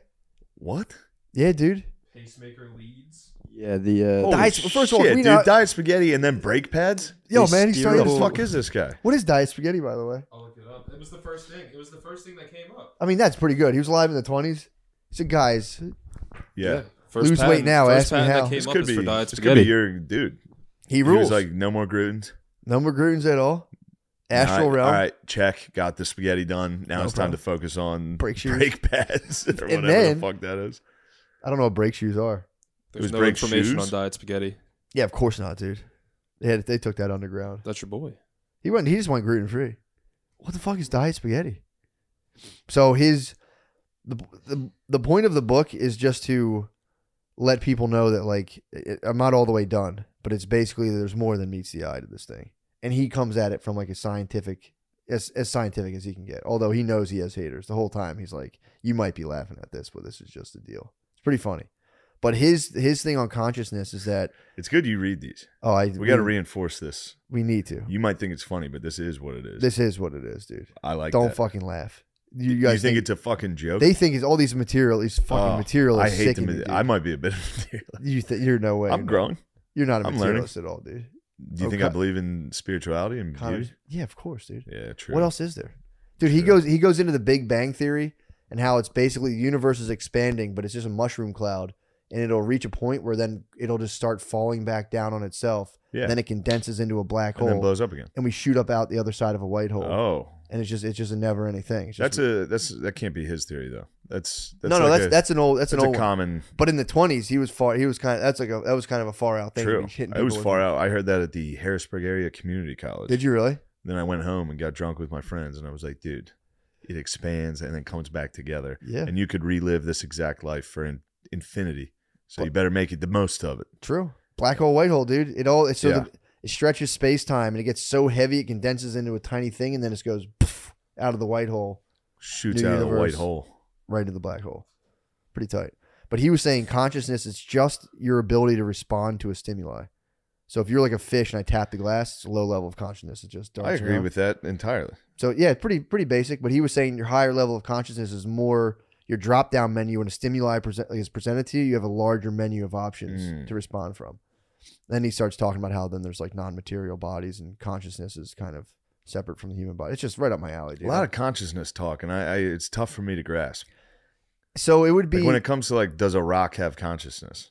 what?
Yeah, dude.
pacemaker leads.
Yeah, the uh,
Holy
Diet, first of all,
shit,
we
dude,
not... diet spaghetti and then brake pads.
Yo, man, he's
Who
starting
the
to.
fuck is this guy?
What is diet spaghetti, by the way?
I'll look it up. It was the first thing. It was the first thing that came up.
I mean, that's pretty good. He was alive in the twenties. So, guys,
Yeah,
First
Lose weight now,
First
ask me
patent
how.
that came
this
up
could
is
be
for diet
this could be
spaghetti.
your dude.
he
He was
rules.
like no more Grutens.
no more Grutens at all. Astral
all right,
realm.
All right, check. Got the spaghetti done. Now
No
it's time
problem.
to focus on
Brake shoes.
brake pads or whatever
then-
the fuck that is.
I don't know what brake shoes are.
There's
was
no
Brake's
information
shoes?
on diet spaghetti.
Yeah, of course not, dude. They had they took that underground.
That's your boy.
He went. He just went gluten free. What the fuck is diet spaghetti? So his the, the the point of the book is just to let people know that like it, I'm not all the way done, but it's basically there's more than meets the eye to this thing. And he comes at it from like a scientific as as scientific as he can get. Although he knows he has haters the whole time. He's like, you might be laughing at this, but this is just a deal. It's pretty funny. But his his thing on consciousness is that
It's good you read these.
oh I
We got to reinforce this.
we need to.
You might think it's funny, but this is what it is.
This is what it is, dude.
I like.
Don't
that.
fucking laugh. You
You
guys
think, it's a fucking joke?
they think it's all these material, these fucking
Oh,
material.
I
Is
hate
sickening,
them.
dude.
I might be a bit of a
you th- you're no way.
I'm
you're
growing.
Not, you're not a
I'm learning.
materialist at all, dude.
Do you think
Okay.
I believe in spirituality and
Connor-
beauty?
yeah, of course, dude.
Yeah, true.
What else is there, dude? He
True.
goes he goes into the Big Bang theory and how it's basically the universe is expanding, but it's just a mushroom cloud, and it'll reach a point where then it'll just start falling back down on itself.
Yeah.
Then it condenses into a black
and
hole,
then blows up again.
and we shoot up out the other side of a white hole,
Oh,
and it's just it's just a never ending thing. It's just,
that's a that's that can't be his theory though. That's, that's
no, no,
like
that's
a,
that's an old that's, an
that's a
old one.
common
But in the twenties, he was far. He was kind. Of, that's like a that was kind of a far out thing. to
true.
be hitting
I was
people
far
with.
out. I heard that at the Harrisburg area community college.
Did you really?
Then I went home and got drunk with my friends, and I was like, dude, it expands and then comes back together,
Yeah.
and you could relive this exact life for in, infinity. So you better make it the most of it.
True. Black hole, white hole, dude. It all. It's so
Yeah.
the, it stretches space time and it gets so heavy it condenses into a tiny thing and then it just goes poof, out of the white hole
Shoots
New
out of the white
universe.
hole.
right into the black hole. Pretty tight. But he was saying consciousness is just your ability to respond to a stimuli. So if you're like a fish and I tap the glass, it's a low level of consciousness. It just darts
I agree
around.
with that entirely.
So yeah, pretty pretty basic. But he was saying your higher level of consciousness is more your drop down menu when a stimuli present, is presented to you. You have a larger menu of options
Mm.
to respond from. Then he starts talking about how then there's like non material bodies and consciousness is kind of separate from the human body. It's just right up my alley, dude.
A lot of consciousness talk, and I, I it's tough for me to grasp.
so it would be
Like when it comes to like, does a rock have consciousness?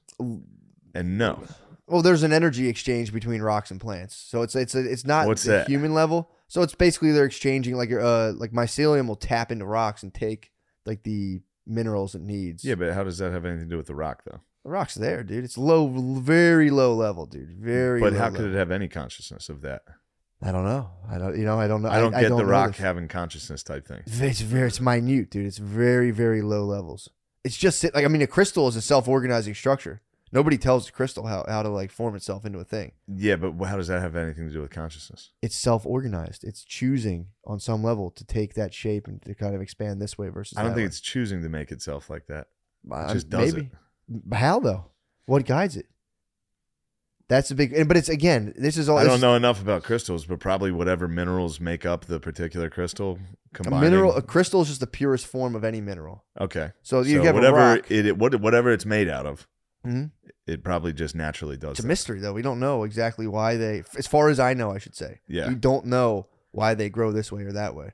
And no,
well, there's an energy exchange between rocks and plants. So it's it's it's not
What's
the
that?
human level. So it's basically they're exchanging like uh like mycelium will tap into rocks and take like the minerals it needs.
yeah, but how does that have anything to do with the rock though?
The rock's there, dude. It's low, very low level, dude. Very.
but
low
how could
level.
it have any consciousness of that?
I don't know. I don't. You know. I don't know.
I don't get the
know
rock
this.
having consciousness type thing.
It's very. It's minute, dude. It's very, very low levels. It's just sit- like I mean, a crystal is a self-organizing structure. Nobody tells the crystal how, how to like form itself into a thing.
Yeah, but how does that have anything to do with consciousness?
It's self-organized. It's choosing on some level to take that shape and to kind of expand this way versus.
I don't
that
think
way.
it's choosing to make itself like that.
I-
It just does
Uh, maybe. But How though? What guides it? That's the big. But it's again. This is all.
I
this
don't
is-
know enough about crystals, but probably whatever minerals make up the particular crystal
A
combining.
mineral, a crystal is just the purest form of any mineral.
Okay,
So you
so
have
whatever
a rock.
it, it what, whatever it's made out of,
Mhm.
it probably just naturally does.
it's a
that.
mystery though. We don't know exactly why they. As far as I know, I should say.
Yeah.
We don't know why they grow this way or that way.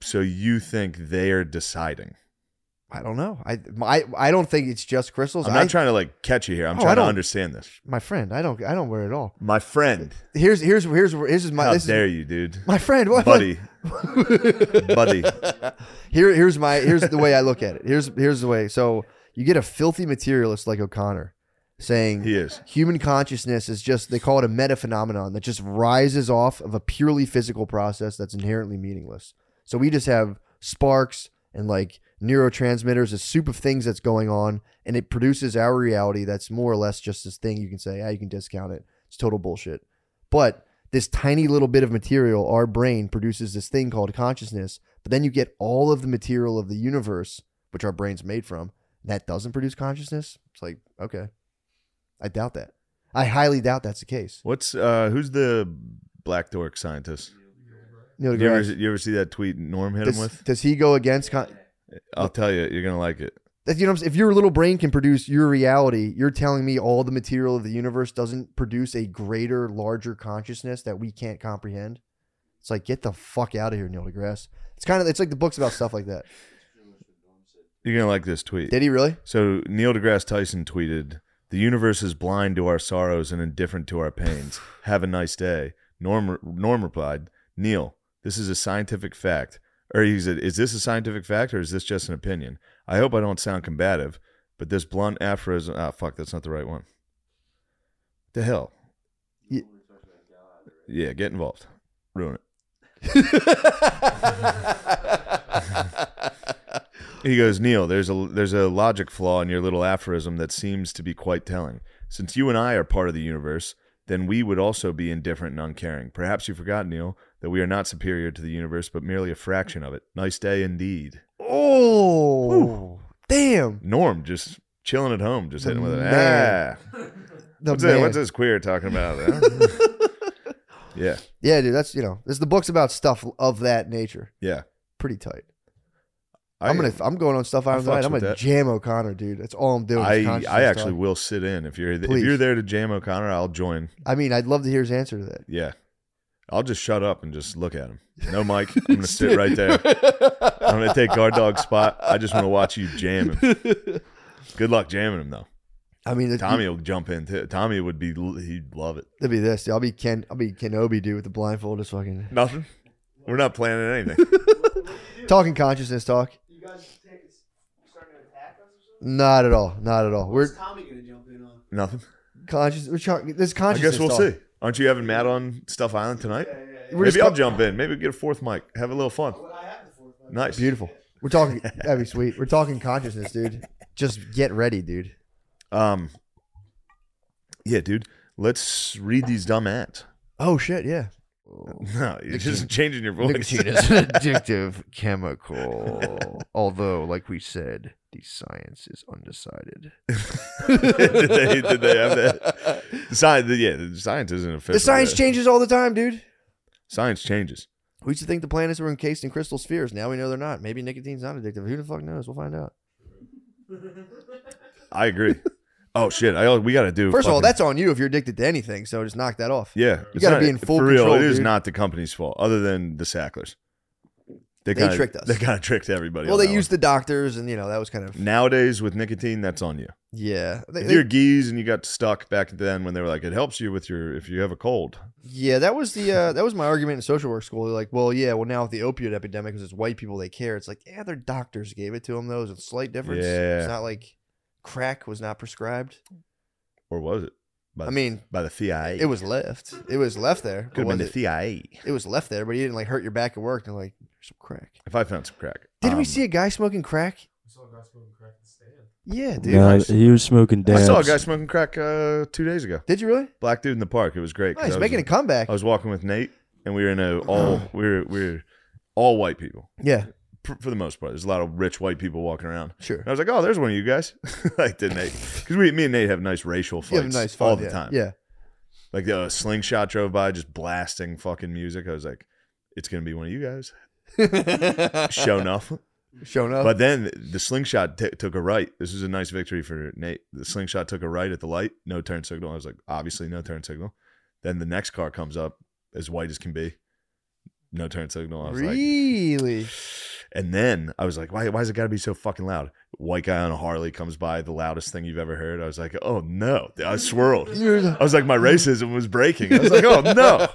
So you think they are deciding?
I don't know. I I, I don't think it's just crystals.
I'm not
I,
trying to like catch you here. I'm
Oh, I
trying to
don't-
understand this.
my friend, I don't I don't wear it all.
My friend,
Here's here's here's this is my
how
this
dare
is,
you, dude?
my friend. What
buddy, buddy.
Here here's my here's the way I look at it. Here's here's the way. So you get a filthy materialist like O'Connor saying
He is.
human consciousness is just they call it a meta phenomenon that just rises off of a purely physical process that's inherently meaningless. So we just have sparks and like neurotransmitters, a soup of things that's going on, and it produces our reality that's more or less just this thing you can say, yeah, you can discount it. It's total bullshit. But this tiny little bit of material, our brain produces this thing called consciousness, but then you get all of the material of the universe, which our brain's made from, and that doesn't produce consciousness. It's like, okay. I doubt that. I highly doubt that's the case.
What's uh who's the black dork scientist?
Neil
You ever,
deGrasse.
you ever see that tweet Norm hit him
Does,
with?
does he go against? Con-
I'll tell you, you're gonna like it.
If you know, what I'm saying? if your little brain can produce your reality, you're telling me all the material of the universe doesn't produce a greater, larger consciousness that we can't comprehend. It's like get the fuck out of here, Neil deGrasse. It's kind of it's like the books about stuff like that.
You're gonna like this tweet.
Did he really?
So Neil deGrasse Tyson tweeted, "The universe is blind to our sorrows and indifferent to our pains. Have a nice day." Norm Norm replied, "Neil, this is a scientific fact." Or he said, "Is this a scientific fact or is this just an opinion?" I hope I don't sound combative, but this blunt aphorism. Ah, fuck, that's not the right one. The hell.
Ye-
Yeah, get involved. Ruin it. He goes, Neil, there's a there's a logic flaw in your little aphorism that seems to be quite telling. Since you and I are part of the universe, then we would also be indifferent and uncaring. Perhaps you forgot, Neil, that we are not superior to the universe, but merely a fraction of it. Nice day indeed.
oh, damn!
Norm just chilling at home, just
The
hitting with it.
man.
Ah,
The
what's, that,
man.
what's this queer talking about? huh? yeah,
Yeah, dude, that's you know, this the books about stuff of that nature.
yeah.
Pretty tight.
I,
I'm gonna I'm going on stuff I
I
don't know.
fucks
I'm
with
gonna
that.
jam O'Connor, dude. That's all I'm doing. is
I,
consciousness
I actually
talk.
will sit in if you're
Please.
if you're there to jam O'Connor, I'll join.
I mean, I'd love to hear his answer to that.
Yeah. I'll just shut up and just look at him. No mic. I'm going to sit right there. I'm going to take guard dog's spot. I just want to watch you jam him. Good luck jamming him, though.
I mean, it'd,
Tommy will jump in, too. Tommy would be, he'd love it.
it'd be this. I'll be Ken. I'll be Kenobi, dude, with the blindfold, just fucking
Nothing. We're not planning anything.
talking consciousness talk.
You guys take it, starting to attack us or something?
Not at all. Not at all. We're
What's Tommy gonna jump in on?
Nothing.
conscious. We're talking. This
I
consciousness.
guess we'll
talk.
see. Aren't you having Matt on Stuff Island tonight?
We're
Maybe
just-
I'll jump in. Maybe we get a fourth mic. Have a little fun.
What I have before. but-
Nice.
Beautiful. We're talking. That'd be sweet. We're talking consciousness, dude. Just get ready, dude.
Um, yeah, dude. Let's read these dumb ads.
Oh shit, yeah.
No, you're just changing your voice.
Nicotine is an addictive chemical. Although, like we said, the science is undecided.
did they did they have that? The science, yeah, the science isn't official.
The science
yet.
changes all the time, dude.
Science changes.
We used to think the planets were encased in crystal spheres. Now we know they're not. Maybe nicotine's not addictive. Who the fuck knows? We'll find out.
I agree. oh shit! I we got to do.
First of all,
fucking-
that's on you if you're addicted to anything. So just knock that off.
yeah. it's
gotta
not-
be in full
for real.
control,
it is
dude.
not the company's fault, other than the Sacklers. They,
They
kinda,
tricked us.
They kind of tricked everybody.
Well,
on
they
that
used the doctors, and you know that was kind of
one. nowadays with nicotine. That's on you.
yeah. They-
If
they-
you're geese and you got stuck back then when they were like, it helps you with your if you have a cold.
yeah, that was the uh, that was my argument in social work school. They're like, well, yeah, well now with the opioid epidemic, because it's white people they care. It's like, yeah, their doctors gave it to them. Though, it's a slight difference.
Yeah.
It's not like crack was not prescribed.
Or was it? By
I
the-
mean,
by the CIA.
it was left. It was left there. but
could have been the
was it,
CIA.
it was left there, but he didn't like hurt your back at work. And like, there's some crack.
If I found some crack.
Didn't we
Um,
see a guy smoking crack?
saw a guy smoking crack in the stand.
Yeah, dude.
Nah,
nice.
he was smoking
I
dabs.
saw a guy smoking crack uh, two days ago.
Did you really?
Black dude in the park. It was
Oh,
great. 'cause
he's
I was-
making a Oh. comeback.
I was walking with Nate, and we were in a all we were we were all white people
yeah,
for, for the most part. There's a lot of rich white people walking around.
sure.
And I was like, oh, there's one of you guys. like to Nate, because we me and Nate have nice racial
You
fights
have a nice
all
fun,
the
yeah.
time.
Yeah.
Like the uh, slingshot drove by, just blasting fucking music. I was like, it's gonna be one of you guys. Show enough.
Showing up.
But then the slingshot t- took a right. This is a nice victory for Nate. The slingshot took a right at the light, no turn signal. I was like, obviously, no turn signal. Then the next car comes up, as white as can be, no turn signal. I was like,
really?
and then I was like, why, why is it got to be so fucking loud? White guy on a Harley comes by, the loudest thing you've ever heard. I was like, oh no. I swirled.
You're the-
I was like, my racism was breaking. I was like, oh no.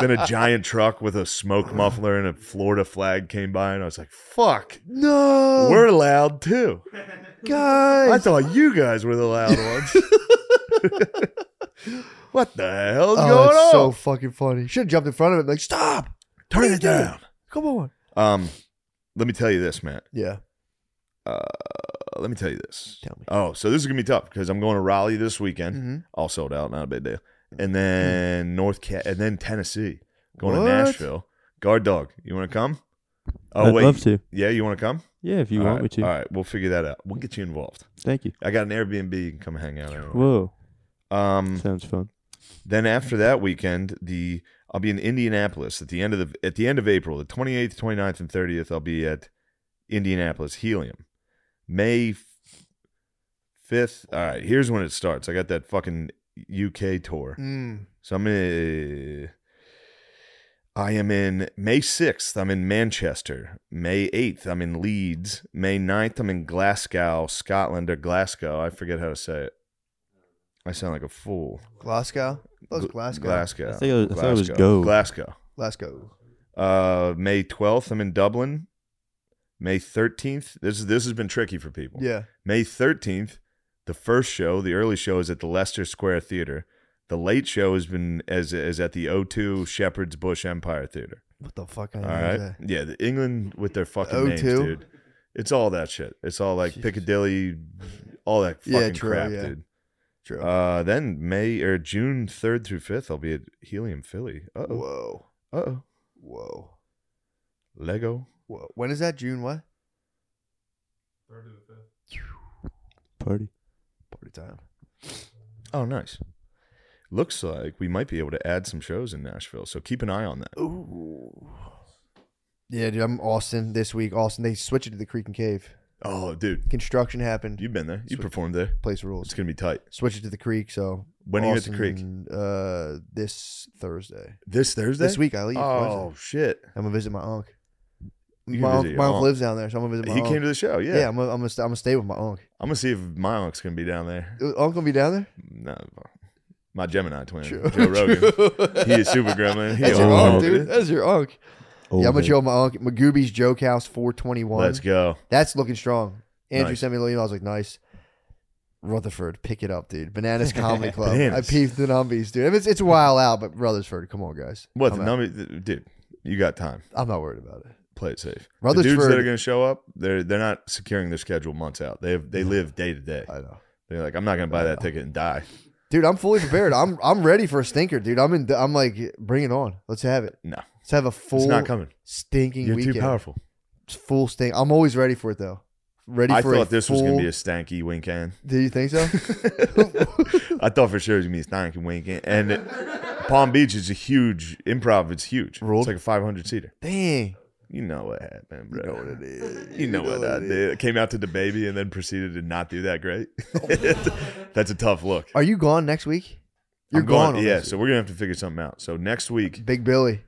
Then a giant truck with a smoke muffler and a Florida flag came by, and I was like, fuck,
no.
we're loud too. I
oh, guys.
thought you guys were the loud ones. what the hell's
Oh,
going
that's
on?
so fucking funny. Should have jumped in front of it. Like, stop.
Turn
What
it
are you doing?
down.
Come on.
Um, let me tell you this, Matt.
Yeah.
Uh, let me tell you this.
Tell me.
Oh, so this is gonna be tough because I'm going to Raleigh this weekend.
Mhm.
All sold out, not a big deal. And then North Ca- and then Tennessee. Going
Mm-hmm. What?
to Nashville. Guard dog, you want to come? Oh
I'd
wait,
love to.
yeah, you want to come?
Yeah, if you
All
want
right,
me to.
All right, we'll figure that out. We'll get you involved.
Thank you.
I got an Airbnb. You can come hang out.
Whoa,
Um,
sounds fun.
Then after that weekend, the I'll be in Indianapolis at the end of the at the end of April, the 28th, 29th and 30th I'll be at Indianapolis Helium. May Fifth. All right. Here's when it starts. I got that fucking UK tour.
Mm.
So I'm in. I am in May 6th. I'm in Manchester. May 8th. I'm in Leeds. May 9th. I'm in Glasgow, Scotland or Glasgow. I forget how to say it. I sound like a fool.
Glasgow. That was
Gl-
Glasgow.
Glasgow.
I think it was- I thought it was
Glasgow.
Go.
Glasgow.
Glasgow.
Uh, May 12th. I'm in Dublin. May 13th. This is this has been tricky for people.
Yeah.
May 13th, the first show, the early show, is at the Leicester Square Theater. The late show has been as is at the O2 Shepherd's Bush Empire Theater.
What the fuck? I
All
didn't know
right,
that.
yeah, the England with their fucking names,
O2?
dude. It's all that shit. It's all like
Jesus.
Piccadilly, all that fucking
Yeah, true,
crap,
yeah.
dude.
True.
Uh, then May or June 3rd through 5th, I'll be at Helium Philly. Uh oh,
Whoa.
uh oh,
Whoa.
Lego.
Whoa. When is that? June what?
Third to the fifth.
Party.
Party time.
Oh, nice. Looks like we might be able to add some shows in Nashville, so keep an eye on that.
Ooh. Yeah, dude. I'm Austin this week. Austin. They switched it to the Creek and Cave.
Oh, dude,
Construction happened.
You've been there. You
Sweet.
performed there.
Place
It's
rules.
gonna be tight.
Switch it to the Creek. So
When are you at the creek?
Austin, Uh, this Thursday.
This Thursday.
This week I leave.
Oh
Wednesday.
shit!
I'm gonna visit my uncle.
You can
my
visit
uncle,
your
my uncle
unc.
lives down there, so I'm gonna visit my
he
uncle.
came to the show. Yeah.
yeah. I'm gonna, I'm gonna, st- I'm gonna stay with my uncle.
I'm gonna see if my uncle's gonna be down there.
Uncle gonna be down there.
No, my Gemini twin,
True.
Joe Rogan.
True.
He is super gremlin. He
That's your
old.
uncle,
owned
dude.
it.
That's your uncle.
Oh,
yeah, I'm gonna
man.
show my uncle Magooby's Joke House 421.
Let's go.
That's looking strong. Andrew
Nice.
sent me a little email. I was like, nice. Rutherford, pick it up, dude. Bananas Comedy Club.
Bananas.
I peeped the numbies, dude. It's it's a while out, but Rutherford, come on, guys.
What
I'm
the
out.
number, dude? You got time.
I'm not worried about it.
Play it safe. The dudes that
Rutherford,
are gonna show up, they're they're not securing their schedule months out. They have, they live day to day.
I know.
They're like, I'm not gonna buy that ticket and die.
Dude, I'm fully prepared. I'm I'm ready for a stinker, dude. I'm in. I'm like, bring it on. Let's have it.
No.
Let's have a
It's
full
not coming.
stinking
You're
weekend.
too powerful.
It's full stink. I'm always ready for it though. Ready
I
for
thought
a
this
full...
was gonna be a stanky weekend.
Do you think so?
I thought for sure it was gonna be Stank and Winking. And Palm Beach is a huge improv. It's huge.
Ruled.
It's like a 500 seater.
Dang.
You know what happened, bro. You know what,
is.
I did. I came out to the baby and then proceeded to not do that great. That's a tough look.
Are you gone next week? Oh. You're
I'm
gone.
going-
on
yeah.
this.
So we're gonna have to figure something out. So next week,
Big Billy.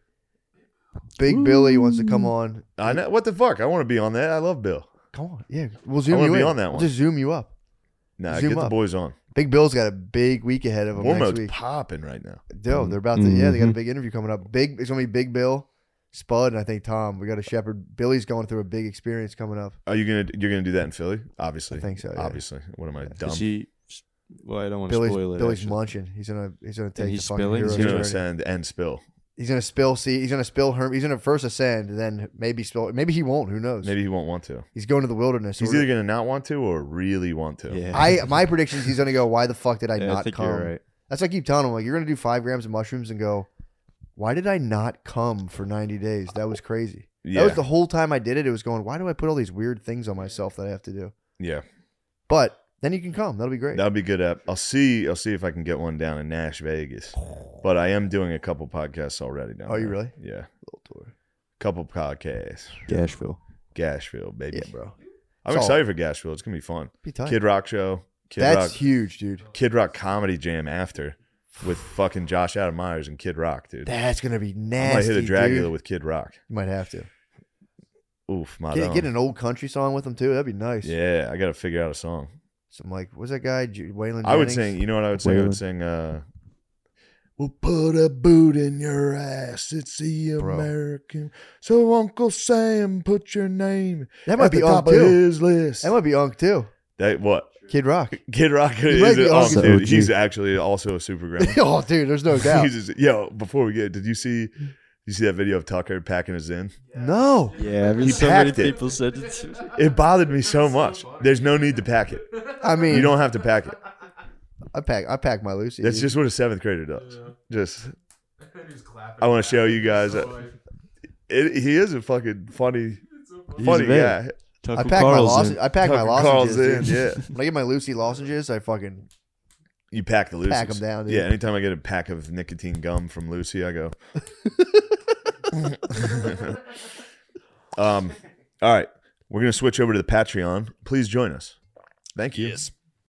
Big Billy wants to come on.
I know what the fuck. I want to be on that. I love Bill.
Come on. Yeah. We'll zoom
wanna
you
be
in.
on that
We'll
one.
just zoom you up.
Nah,
Zoom
get the
up.
boys on.
Big Bill's got a big week ahead of him next
Warmo's
week.
popping right now.
Yo, they're about to. Yeah, they got a
Mhm.
big interview coming up. Big. It's gonna be Big Bill, Spud, and I think Tom. We got a Shepherd. Billy's going through a big experience coming up.
Are you gonna you're gonna do that in Philly? Obviously,
I think so, yeah.
Obviously, what am I dumb?
Is he? Well, I don't want to
Billy's
spoil it.
Billy's
actually.
munching. He's gonna he's gonna take
he's
the fucking
spilling?
hero
He's
He's
gonna
journey.
send and spill.
He's gonna spill see he's gonna spill Herm he's gonna first ascend, then maybe spill maybe he won't, who knows?
Maybe he won't want to.
he's going to the wilderness.
He's
We're-
either gonna not want to or really want to.
Yeah.
I my prediction is he's gonna go, Why the fuck did I
Yeah,
not
I think
come?
you're right.
That's what I keep telling him, like you're gonna do five grams of mushrooms and go, Why did I not come for ninety days? That was crazy.
Yeah.
That was the whole time I did it, it was going, Why do I put all these weird things on myself that I have to do?
yeah.
But then you can come. That'll be great.
That'll be good app. I'll see I'll see if I can get one down in Nash, Vegas. But I am doing a couple podcasts already down
Are you
there.
really?
Yeah.
Little tour.
Couple podcasts.
Gashville.
Gashville, baby.
Yeah, bro.
I'm
Solid.
excited for Gashville. It's gonna be fun.
Be tight.
Kid Rock show. Kid
That's
Rock
huge, dude.
Kid Rock comedy jam after with fucking Josh Adam Myers and Kid Rock, dude.
That's gonna be
I
nasty.
might hit a Dracula
dude.
with Kid Rock.
You might have to.
Oof, my
Get,
dome.
get an old country song with them too. That'd be nice.
Yeah, I gotta figure out a song.
So I'm like, what's that guy? J- Waylon.
I would
Jennings?
sing. You know what I would sing? I would
Waylon.
sing. uh We'll put a boot in your ass. It's the
Bro.
American. So Uncle Sam, put your name
that might
at the
be
top
Unk
of
too.
his list.
That might be Unk too.
That what?
Kid Rock.
Kid Rock
might
is
be
an
Uncle.
awesome dude.
OG.
He's actually also a super gremlin.
oh, dude, there's no doubt.
He's just- yo, before we get, did you see? You see that video of Tucker packing his in?
No.
Yeah, I mean,
You
so many
packed it.
people said it. to me.
It bothered me so much. There's no need to pack it.
I mean,
You don't have to pack it.
I pack. I pack my Lucy.
That's
dude.
just what a seventh grader does. Just
He was clapping.
I wanna show you guys,
So
uh,
like-
it, he is a fucking funny,
it's so funny.
He's
funny
a vet.
guy.
Tucker
I pack my
Carlson.
lozenges. I pack my
Tucker Carl's
lozenges. dude.
in, yeah.
When I get my Lucy lozenges, I fucking
You pack the Lucy.
pack them down, dude.
Yeah, anytime I get a pack of nicotine gum from Lucy, I go. um, all right, we're gonna switch over to the Patreon. Please join us. Thank you.
Yes.